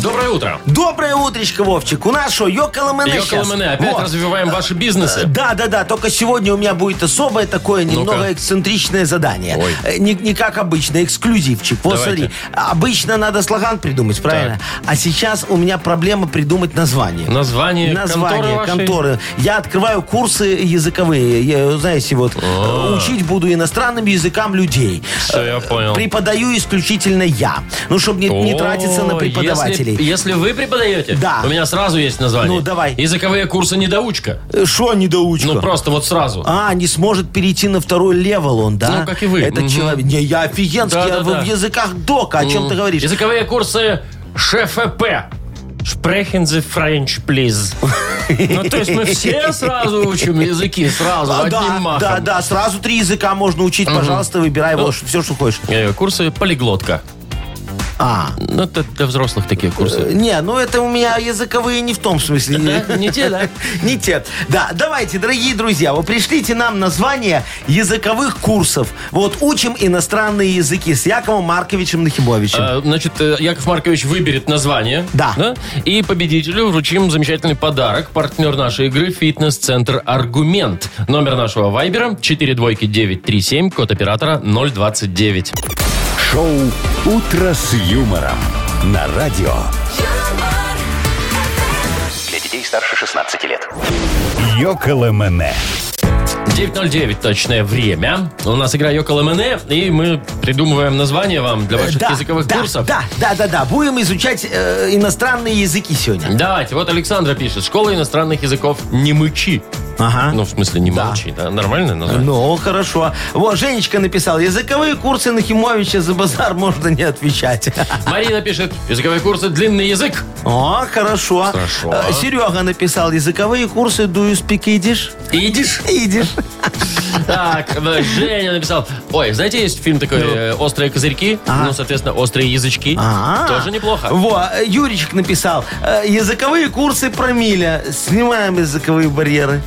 B: Доброе утро.
C: Доброе утречко, Вовчик. У нас что, Йоколомене
B: Йокол
C: сейчас?
B: Мене, опять
C: Вот. Э,
B: развиваем ваши бизнесы.
C: Да, да, да, только сегодня у меня будет особое такое немного эксцентричное задание.
B: Ой.
C: Э, Не, не как обычно, эксклюзивчик. Вот
B: Давайте.
C: смотри, обычно надо слоган придумать, правильно? А сейчас у меня проблема придумать название.
B: Название, конторы
C: Название
B: вашей?
C: конторы. Я открываю курсы языковые. Я, знаете, вот э, учить буду иностранным языкам людей.
B: Все, я понял.
C: Преподаю исключительно я. Ну, чтобы не, не
B: О,
C: тратиться на преподавателей.
B: Если, если вы преподаете,
C: Да.
B: у меня сразу есть название.
C: Ну, давай.
B: Языковые курсы недоучка.
C: Э, Шо недоучка?
B: Ну, просто вот сразу.
C: А, не сможет перейти на второй левел он, да?
B: Ну, как и вы.
C: Этот
B: Мгм.
C: человек. Не, я офигенский, я
B: Да-да-да.
C: в языках дока. О чем ты говоришь?
B: Языковые курсы ШФП. Sprechen the French, please. Ну, то есть мы все сразу учим языки, сразу,
C: А,
B: одним
C: да,
B: махом.
C: да, да, сразу три языка можно учить, пожалуйста, выбирай
B: Ну.
C: все, что хочешь.
B: Э, Курсы полиглотка.
C: А,
B: Ну, это для взрослых такие
C: э,
B: курсы.
C: не, ну это у меня языковые не в том смысле.
B: Да, не те, да?
C: Не те. Да, давайте, дорогие друзья, вы пришлите нам название языковых курсов. Вот учим иностранные языки с Яковом Марковичем Нахимовичем.
B: А, Значит, э, Яков Маркович выберет название.
C: Да.
B: И победителю вручим замечательный подарок. Партнер нашей игры – фитнес-центр «Аргумент». Номер нашего вайбера – 42937, код оператора 029.
A: Шоу «Утро с юмором» на радио.
G: юмор,
E: Для детей старше 16 лет.
A: Йоколэмэне.
B: 9.09 точное время. У нас игра Йокол МНЕ, и мы придумываем название вам для ваших
C: Э, Да,
B: языковых
C: да,
B: курсов.
C: Да, да, да, да. Будем изучать э, иностранные языки сегодня.
B: Давайте, вот Александра пишет. Школа иностранных языков «Не мычи».
C: Ага.
B: Ну, в смысле, не молчи. Да? Нормальное название?
C: А? Ну, хорошо. Вот, Женечка написал, языковые курсы Нахимовича за базар можно не отвечать. <laughs>
B: Марина пишет. Языковые курсы «Длинный язык».
C: О, хорошо.
B: Хорошо.
C: Э, Серега написал, языковые курсы do you speak Yiddish?
B: Идиш.
C: Идиш.
B: Так, э, Женя написал. Ой, знаете, есть фильм такой
C: Ну.
B: э, «Острые козырьки»,
C: А.
B: ну, соответственно, «Острые язычки». Тоже неплохо.
C: Во, э, Юричек написал, э, языковые курсы промиля. Снимаем языковые барьеры.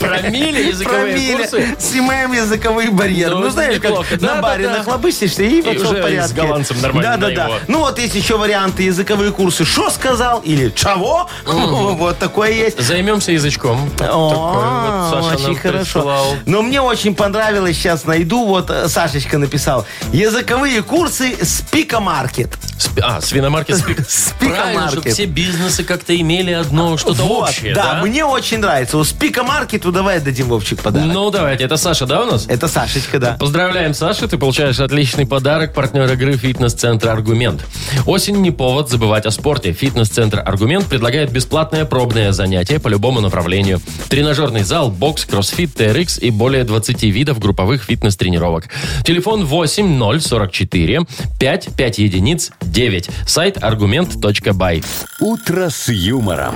B: Промили языковые
C: Промилле.
B: курсы.
C: Снимаем языковые барьеры.
B: Ну,
C: Ну, знаешь,
B: неплохо.
C: как
B: Да, да,
C: на баре
B: да.
C: нахлобыстишься и все
B: уже
C: в порядке.
B: с голландцем нормально
C: Да, да,
B: на
C: да.
B: его.
C: Ну, вот есть еще варианты языковые курсы. Что сказал или чего? <laughs> Вот такое есть.
B: Займемся язычком.
C: О,
B: Такой вот Саша
C: очень
B: нам прислал.
C: хорошо. Но мне очень понравилось, сейчас найду, вот э, Сашечка написал, языковые курсы с Пика Маркет.
B: Спи- А, свиномаркет
C: <laughs>
B: спик.
C: Спикомаркет.
B: Правильно, чтобы все бизнесы как-то имели одно что-то
C: А, Вот,
B: общее,
C: да,
B: Ну, да?
C: мне очень нравится. Вот с Пика Маркету давай дадим Вовчик подарок.
B: Ну, давайте. Это Саша, да, у нас?
C: Это Сашечка, да.
B: Поздравляем, Саша, ты получаешь отличный подарок партнер игры «Фитнес-центр Аргумент». Осень не повод забывать о спорте. «Фитнес-центр Аргумент» предлагает бесплатное пробное занятие по любому направлению. Тренажерный зал, бокс, кроссфит, TRX и более 20 видов групповых фитнес-тренировок. Телефон 8044 55 единиц 9. Сайт аргумент.бай.
A: «Утро с юмором».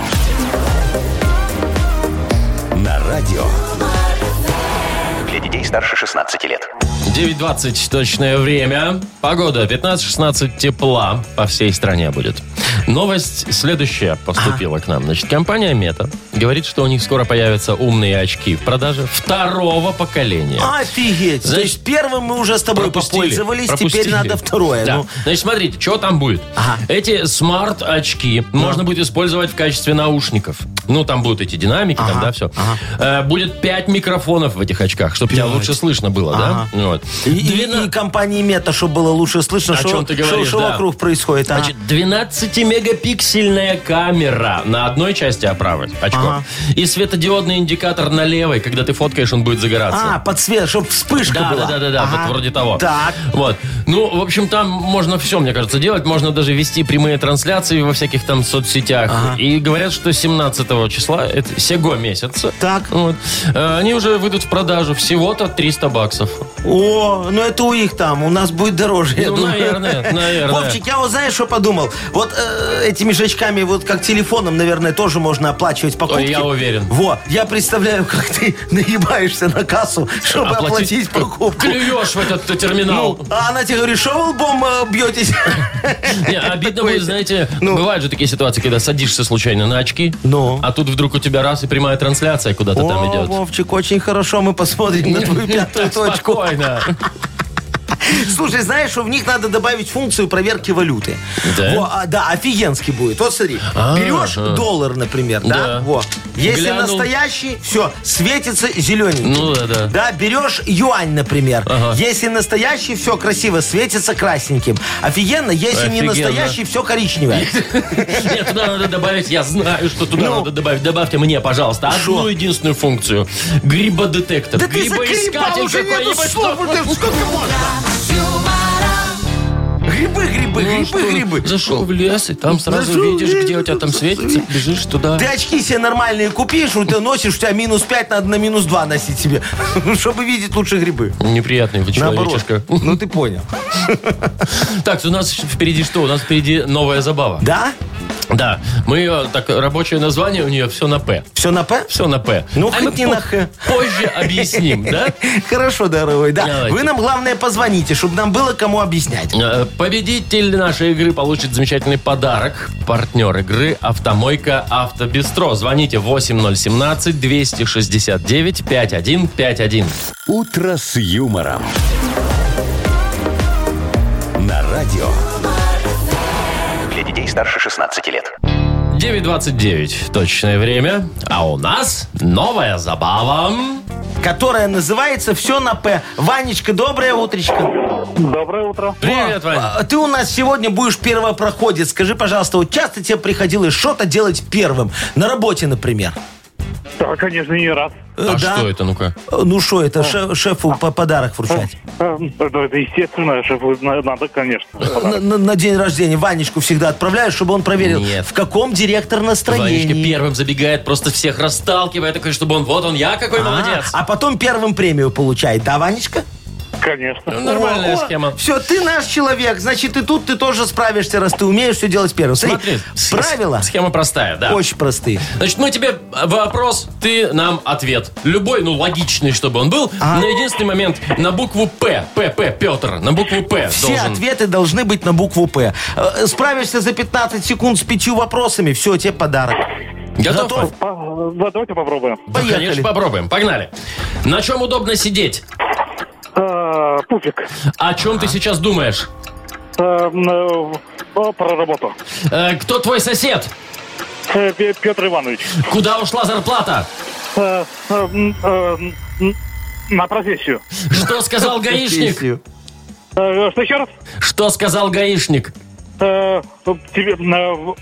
A: На радио.
E: Для детей старше 16 лет.
B: 9.20 точное время. Погода 15-16 тепла по всей стране будет. Новость следующая поступила к нам. Значит, компания Мета говорит, что у них скоро появятся умные очки в продаже второго поколения.
C: А, Офигеть. То
B: Значит,
C: есть первым мы уже с тобой попользовались,
B: пропустили.
C: теперь надо второе.
B: Да.
C: Ну,
B: Значит, смотрите, что там будет.
C: Ага.
B: Эти смарт-очки можно будет использовать в качестве наушников. Ну, там будут эти динамики, там, да, все. будет 5 микрофонов в этих очках, чтобы тебя лучше слышно было, да? Вот.
C: и, и-
B: Двена-
C: и компании Мета, чтобы было лучше слышно,
B: О
C: что,
B: чем ты
C: что-
B: говоришь,
C: что
B: да.
C: вокруг происходит. а.
B: Значит, 12 мегапиксельная камера на одной части оправы очко.
C: Ага.
B: И светодиодный индикатор на левой. Когда ты фоткаешь, он будет загораться.
C: А, подсвет, чтобы вспышка
B: Да,
C: была.
B: да, да, да, да,
C: Ага.
B: вот вроде того.
C: Так.
B: Вот. Ну, в общем, там можно все, мне кажется, делать. Можно даже вести прямые трансляции во всяких там соцсетях. И говорят, что 17 числа, это сего месяца.
C: Так.
B: Вот, э, они уже выйдут в продажу всего-то 300 баксов.
C: О, ну это у них там, у нас будет дороже, я
B: Ну,
C: думаю. <laughs>
B: наверное, наверное.
C: Вовчик, я вот знаешь, что подумал? Вот э, этими жачками, вот как телефоном, наверное, тоже можно оплачивать покупки.
B: я уверен.
C: Во, я представляю, как ты <laughs> наебаешься на кассу, чтобы оплатить, покупку.
B: Клюешь в этот терминал.
C: Ну, а она тебе говорит, что вы лбом э, бьетесь?
B: <laughs> Не, обидно будет, знаете, бывают же такие ситуации, когда садишься случайно на очки,
C: Ну.
B: а тут вдруг у тебя раз и прямая трансляция куда-то там
C: О,
B: идет.
C: Вовчик, очень хорошо, мы посмотрим на
B: <laughs>
C: твою пятую точку.
B: Спокойно.
C: Слушай, знаешь, что в них надо добавить функцию проверки валюты.
B: Да?
C: Во, а, да, офигенский будет. Вот смотри,
B: А,
C: берешь
B: ага.
C: доллар, например,
B: Да.
C: да? Во. Если
B: Глянул.
C: настоящий, все, светится зелененький.
B: Ну да, да.
C: Да, берешь юань, например.
B: Ага.
C: Если настоящий, все красиво, светится красненьким. Офигенно, если не
B: Офигенно.
C: настоящий, все
B: <laughs>
C: коричневое.
B: Нет, туда надо добавить, я знаю, что туда
C: Ну.
B: надо добавить. Добавьте мне, пожалуйста, одну единственную функцию. Грибодетектор.
C: Да ты закрепал
B: Грибоискатель
C: уже нету
B: какой-нибудь.
C: слов, вот это сколько можно? Грибы, грибы,
B: Ну,
C: грибы,
B: что,
C: грибы.
B: Зашел в лес, и там сразу
C: Зашел в
B: видишь,
C: лес,
B: где у тебя там светится, бежишь туда.
C: Ты очки себе нормальные купишь, у тебя носишь, у тебя минус 5, надо на минус 2 носить себе, <laughs> чтобы видеть лучше грибы.
B: Неприятный вы
C: Наоборот.
B: человечишка.
C: <laughs> Ну ты понял.
B: Так, у нас впереди что? У нас впереди новая забава.
C: Да?
B: Да, мы ее, так, рабочее название у нее все на «П».
C: Все на П?
B: Все на «П».
C: Ну,
B: А
C: хоть
B: мы
C: не
B: по-
C: на «Х».
B: Позже объясним,
C: <laughs>
B: да?
C: Хорошо, дорогой, да.
B: Давайте.
C: Вы нам, главное, позвоните, чтобы нам было кому объяснять.
B: Э, Победитель нашей игры получит замечательный подарок. Партнер игры «Автомойка Автобестро». Звоните 8017-269-5151.
A: «Утро с юмором». На радио.
E: Для детей старше 16 лет.
B: 9.29 точное время. А у нас новая забава.
C: Которая называется «Все на П». Ванечка, доброе утречко.
D: Доброе утро.
B: Привет, Вань.
C: А Ты у нас сегодня будешь первопроходец. Скажи, пожалуйста, вот часто тебе приходилось что-то делать первым? На работе, например.
D: Да, конечно, не раз.
C: Э,
B: А
C: да?
B: что это, ну-ка?
C: Э, Ну что, это ше- шефу по- подарок вручать?
D: Эм, ну, Это естественно, шефу на- надо, конечно.
F: Э,
C: На, на- на день рождения Ванечку всегда отправляю, чтобы он проверил,
B: Нет.
C: в каком директор
B: Ванечка
C: настроении.
B: первым забегает, просто всех расталкивает, такой, чтобы он, вот он, я какой
C: А,
B: молодец.
C: а потом первым премию получает, да, Ванечка?
D: Конечно.
B: Ну, Нормальная схема.
C: Все, ты наш человек, значит, и тут ты тоже справишься, раз ты умеешь все делать первым. Смотри,
B: Смотри, с-
C: правила
B: с- Схема простая, да.
C: очень простые.
B: Значит, мы тебе вопрос, ты нам ответ. Любой, ну, логичный, чтобы он был.
C: А.
B: На единственный момент, на букву П. П, П, Петр. На букву П
C: Все
B: должен.
C: ответы должны быть на букву «П». Э, Справишься за 15 секунд с пятью вопросами, все, тебе подарок.
B: Готов?
C: Готов?
D: Па- Э, а, Да, давайте попробуем.
B: Да,
C: Поехали.
B: Конечно, попробуем. Погнали. На чем удобно сидеть?
D: Э, Пуфик.
B: О чем ты сейчас думаешь?
D: Эм, э, о, Про работу.
B: Э, кто твой сосед?
D: Э, Пе- Петр Иванович.
B: Куда ушла зарплата?
D: Э, эм, эм, м, На профессию.
B: Что сказал гаишник?
C: Песню.
D: Э, Что еще раз?
B: Что сказал гаишник?
D: Э, Тебе э, в-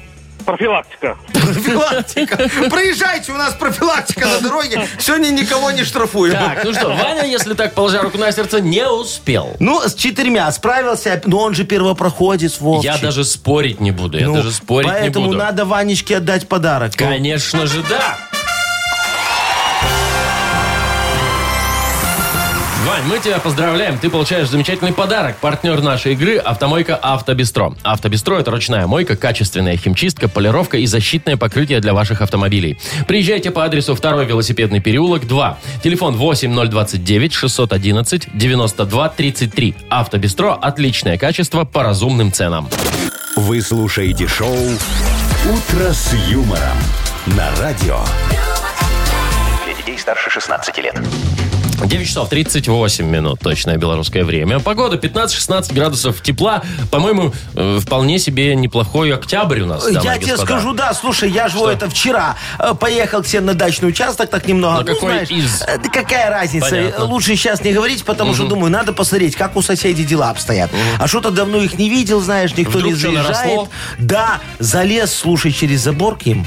D: профилактика.
B: <laughs>
C: Профилактика. Проезжайте, у нас профилактика на дороге. Сегодня никого не штрафуем.
B: Так, ну что, Ваня, если так, положа руку на сердце, не успел.
C: Ну, с четырьмя справился, но он же первопроходец, Вовчик.
B: Я даже спорить не буду, я
C: Ну,
B: даже спорить не
C: Поэтому
B: буду.
C: надо Ванечке отдать подарок.
B: Конечно же, да. Вань, мы тебя поздравляем. Ты получаешь замечательный подарок. Партнер нашей игры – автомойка «Автобестро». «Автобестро» – это ручная мойка, качественная химчистка, полировка и защитное покрытие для ваших автомобилей. Приезжайте по адресу 2 велосипедный переулок, 2. Телефон 8029-611-92-33. «Автобестро» – отличное качество по разумным ценам.
A: Вы слушаете шоу «Утро с юмором». На радио.
E: Для детей старше 16 лет.
B: 9 часов 38 минут, точное белорусское время. Погода 15-16 градусов тепла. По-моему, э, вполне себе неплохой октябрь у нас, дамы и
C: Ну, я тебе
B: господа.
C: скажу, да, слушай, я же
B: Что?
C: вот это вчера э, поехал к себе на дачный участок, так немного.
B: На
C: ну,
B: какой
C: знаешь,
B: из?
C: э, да какая разница?
B: Понятно.
C: Лучше сейчас не говорить, потому что думаю, надо посмотреть, как у соседей дела обстоят. А что-то давно их не видел, знаешь, никто
B: Вдруг
C: не
B: что, наросло?
C: заезжает. Да, залез, слушай, через забор к ним.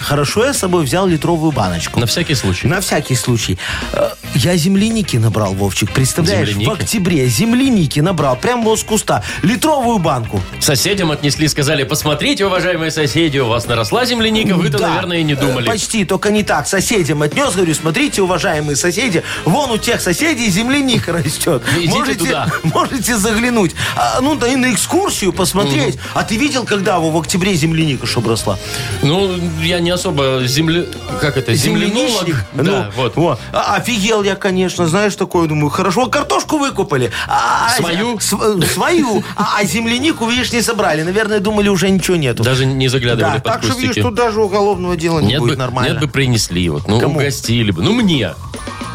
C: Хорошо, я с собой взял литровую баночку.
B: На всякий случай.
C: На всякий случай. Э, Я земляники набрал, Вовчик. Представляешь,
B: Земляники?
C: в октябре земляники набрал. Прямо вот с куста. Литровую банку.
B: Соседям отнесли, сказали, посмотрите, уважаемые соседи, у вас наросла земляника, вы-то,
C: Да.
B: наверное, и не думали.
C: Э, Почти, только не так. Соседям отнес, говорю, смотрите, уважаемые соседи, вон у тех соседей земляника <laughs> растет.
B: Идите
C: можете,
B: туда.
C: <laughs> можете заглянуть. А, ну, да и на экскурсию посмотреть. А ты видел, когда во, в октябре земляника чтоб росла?
B: Ну, я не особо земля... Как это? Землянолог?
C: Земляничник?
B: Да,
C: Ну,
B: вот.
C: А, офигел я, конечно, знаешь, такое, думаю, хорошо, а картошку выкупали. А, а,
B: Свою?
C: с- э, свою. А, а землянику, видишь, не собрали. Наверное, думали, уже ничего нету.
B: Даже не
C: Да,
B: заглядывали под
C: так что,
B: кустики.
C: видишь, тут даже уголовного дела не
B: нет,
C: будет
B: бы,
C: нормально.
B: нет бы принесли, вот, ну,
C: Кому?
B: угостили бы. Ну, мне.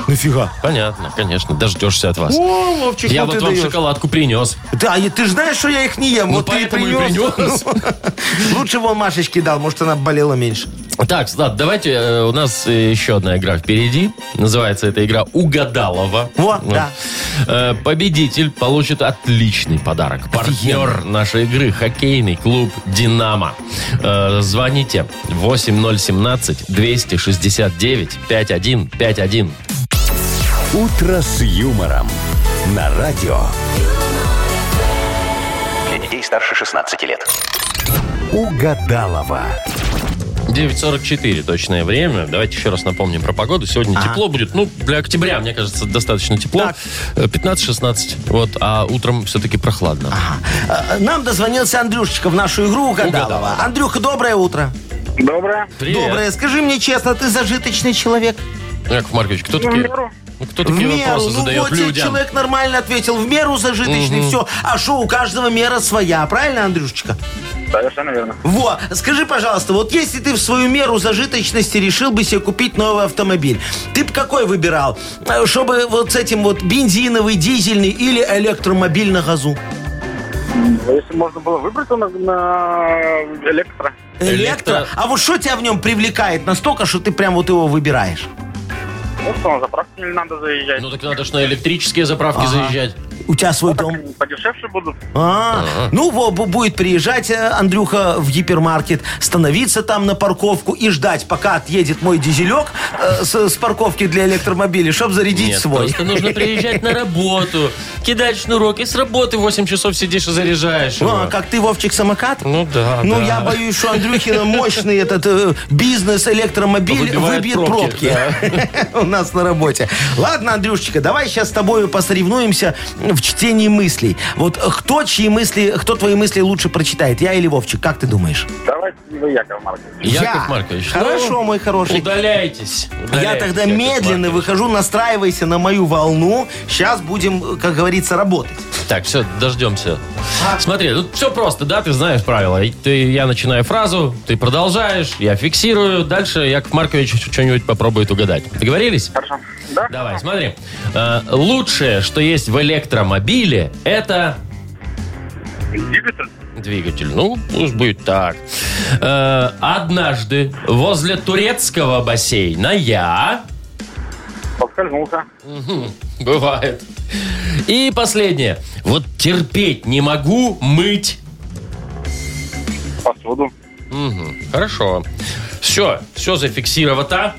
C: Нафига?
B: Понятно, конечно, дождешься от вас.
C: О, Вовчик,
B: я
C: ну
B: вот
C: ты
B: вам
C: даешь.
B: шоколадку принес.
C: Да, и ты же знаешь, что я их не ем.
B: Ну,
C: вот ты и
B: поэтому и
C: принес.
B: принес.
C: <laughs> Ну, Лучше вон Машечке дал, может, она болела меньше.
B: Так, Влад, давайте, э, у нас э, еще одна игра впереди. Называется эта игра «Угадалова».
C: Вот, да.
B: Э, Победитель получит отличный подарок. Партнер нашей игры – хоккейный клуб «Динамо». Э, Звоните 8017-269-5151.
A: «Утро с юмором» на радио.
E: Для детей старше 16 лет.
A: Угадалова.
B: 9.44 точное время. Давайте еще раз напомним про погоду. Сегодня тепло будет. Ну, для октября, мне кажется, достаточно тепло. Э, 15-16. Вот, а утром все-таки прохладно.
C: А, Нам дозвонился Андрюшечка в нашу игру угадалова.
B: Угадалова.
C: Андрюха, доброе утро.
D: Доброе.
B: Привет.
C: Доброе. Скажи мне честно, ты зажиточный человек?
B: Яков Маркович, кто такие, ну, кто такие вопросы
C: Ну
B: задает
C: вот тебе
B: людям?
C: человек нормально ответил. В меру зажиточный, все. А что, у каждого мера своя. Правильно, Андрюшечка?
D: Совершенно верно.
C: Во, скажи, пожалуйста, вот если ты в свою меру зажиточности решил бы себе купить новый автомобиль, ты бы какой выбирал? Э, Чтобы вот с этим вот бензиновый, дизельный или электромобиль на газу?
D: А Если можно было выбрать, то на, на электро.
B: Электро.
C: Электро. А вот что тебя в нем привлекает настолько, что ты прям вот его выбираешь?
D: Ну что, на заправку не надо заезжать.
B: Ну так надо ж на электрические заправки заезжать.
C: У тебя свой
D: Так
C: дом?
D: они подешевше будут.
C: А, ну, во, бу- будет приезжать э, Андрюха в гипермаркет, становиться там на парковку и ждать, пока отъедет мой дизелек э, с, с парковки для электромобилей, чтобы зарядить
B: Нет,
C: свой.
B: просто нужно приезжать на работу, кидать шнурок, и с работы 8 часов сидишь и заряжаешь его.
C: А, как ты, Вовчик, самокат?
B: Ну да,
C: Ну,
B: да.
C: я боюсь,
B: <laughs>
C: что Андрюхина мощный этот э, бизнес электромобиль
B: Выбивает
C: выбьет
B: пробки.
C: пробки <laughs> у нас на работе. Ладно, Андрюшечка, давай сейчас с тобой посоревнуемся в чтении мыслей. Вот э, кто чьи мысли, кто твои мысли лучше прочитает, я или Вовчик, как ты думаешь?
D: Давайте вы, Яков Маркович.
B: Яков
C: Я.
B: Маркович, ну,
C: Хорошо, мой хороший. А
B: Удаляйтесь.
C: Я
B: удаляйтесь,
C: тогда
B: Яков
C: медленно
B: Маркович.
C: выхожу, настраивайся на мою волну. Сейчас будем, э, как говорится, работать.
B: Так, все, дождемся.
C: А?
B: Смотри, тут все просто, да, ты знаешь правила. И Ты, я начинаю фразу, ты продолжаешь, я фиксирую. Дальше Яков Маркович что-нибудь попробует угадать. Договорились?
D: Хорошо. Да?
B: Давай, смотри. Э, лучшее, что есть в электромобиле, это
D: Двигатель.
B: двигатель. Ну, пусть будет так. Э, однажды возле турецкого бассейна я...
D: Подскользнулся.
B: Бывает. И последнее. Вот терпеть не могу мыть
D: Посуду.
B: Хорошо. Все, все зафиксировано.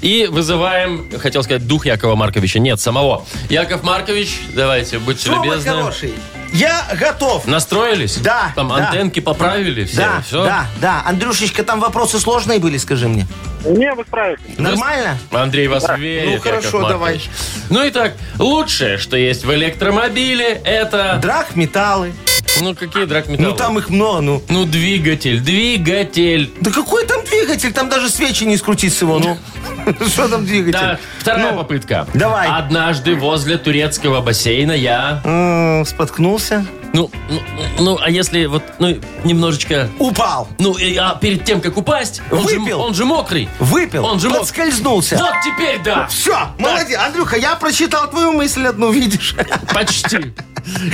B: И вызываем, хотел сказать, дух Якова Марковича. Нет, самого. Яков Маркович, давайте, будьте
C: Всё, мой
B: любезны.
C: хороший, я готов.
B: Настроились?
C: Да,
B: Там
C: да.
B: антенки поправили все?
C: Да,
B: все?
C: да, да. Андрюшечка, там вопросы сложные были, скажи мне.
D: Не, вы справитесь.
C: Нормально?
B: Андрей вас верит,
C: Ну, хорошо,
B: Яков Маркович. Ну, итак, лучшее, что есть в электромобиле, это...
C: Драгметаллы.
B: Ну, какие драгметаллы?
C: Ну там их много, ну.
B: Ну, двигатель, двигатель.
C: Да какой там двигатель? Там даже свечи не скрутить с
B: <laughs>
C: его, ну. Что там
B: Да,
C: двигатель? Ну,
B: вторая попытка.
C: давай.
B: Однажды возле турецкого бассейна я...
C: М, Споткнулся.
B: Ну, ну, ну, а если вот, ну, немножечко...
C: Упал.
B: Ну, и, а перед тем, как упасть, он, же,
C: Выпил.
B: он же мокрый.
C: Выпил.
B: Он же мог-
C: подскользнулся.
B: Вот теперь да.
G: Все, молодец. Андрюха, я прочитал твою мысль одну, видишь?
B: Почти.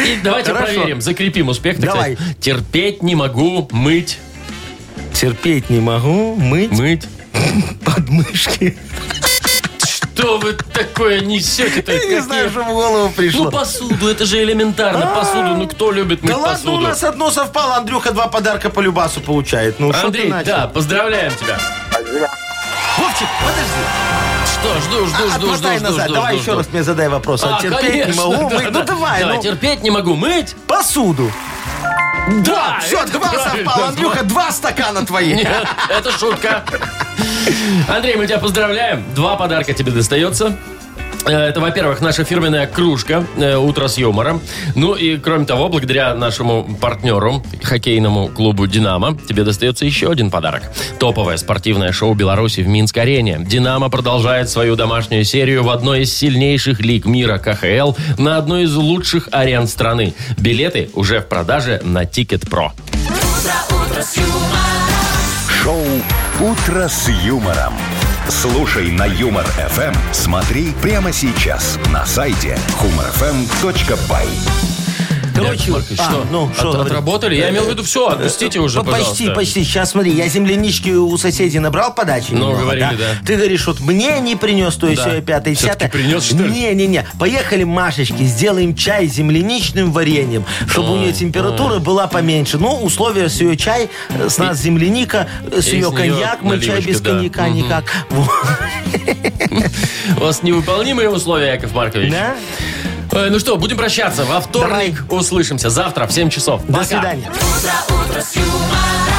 B: И давайте
C: Хорошо.
B: проверим, закрепим успех. так
C: Давай.
B: сказать. Терпеть не могу, мыть,
C: <laughs> Терпеть не могу, мыть
B: мыть.
C: подмышки.
B: Что вы такое несете-то?
C: Я не знаю, что в голову
B: Ну,
C: пришло.
B: посуду, это же элементарно. Посуду, ну кто любит мыть
C: Да ладно, у
B: посуду?
C: нас одно совпало, Андрюха два подарка по любасу получает. Ну, что ты
B: Андрей,
C: начал?
B: да, поздравляем тебя.
C: Вовчик, подожди.
B: Что, жду, жду, жду, жду,
C: А, Отмотай
B: жду,
C: назад.
B: жду,
C: давай
B: жду,
C: еще
B: жду.
C: раз мне задай вопрос. А,
B: А,
C: терпеть не
B: конечно,
C: могу.
B: да,
C: мыть.
B: да.
C: ну давай, ну,
B: терпеть не могу мыть.
C: посуду.
B: Да,
G: Все,
B: это
G: два
B: правильно.
G: совпало. Андрюха, два стакана твои.
B: Нет, это шутка. Андрей, мы тебя поздравляем. Два подарка тебе достается. Э, Это, во-первых, наша фирменная кружка э, «Утро с юмором». Ну и, кроме того, благодаря нашему партнеру, хоккейному клубу «Динамо», тебе достается еще один подарок. Топовое спортивное шоу Беларуси в Минск-арене. «Динамо» продолжает свою домашнюю серию в одной из сильнейших лиг мира КХЛ на одной из лучших арен страны. Билеты уже в продаже на «Тикет.Про».
A: Шоу «Утро с юмором». Слушай на Юмор ФМ. Смотри прямо сейчас на сайте humorfm.by.
B: Яков Маркович,
C: а,
B: что?
C: ну,
B: От-
C: что говорит?
B: отработали? Я имел в виду, все, отпустите уже,
C: Ну, почти,
B: пожалуйста.
C: почти. Сейчас смотри, я землянички у соседей набрал подачи.
B: Ну,
C: немного,
B: говорили, да.
C: Ты говоришь, вот мне не принес, то есть
B: Да.
C: э, пятое,
B: Всё-таки
C: десятое.
B: принес, что ли?
C: Не-не-не. Поехали Машечке, сделаем чай с земляничным вареньем, чтобы у нее температура была поменьше. Ну, условия с ее чай, э, с нас земляника, э, с
B: и
C: ее
B: с неё
C: коньяк, мы чай
B: наливочка,
C: без
B: да.
C: коньяка
B: Мгм.
C: никак. Вот.
B: У вас невыполнимые условия, Яков Маркович.
C: Да?
B: Э, ну что, будем прощаться. Во вторник услышимся. Завтра в 7 часов.
C: До
B: Пока.
C: свидания.
H: утро, утро с юмором.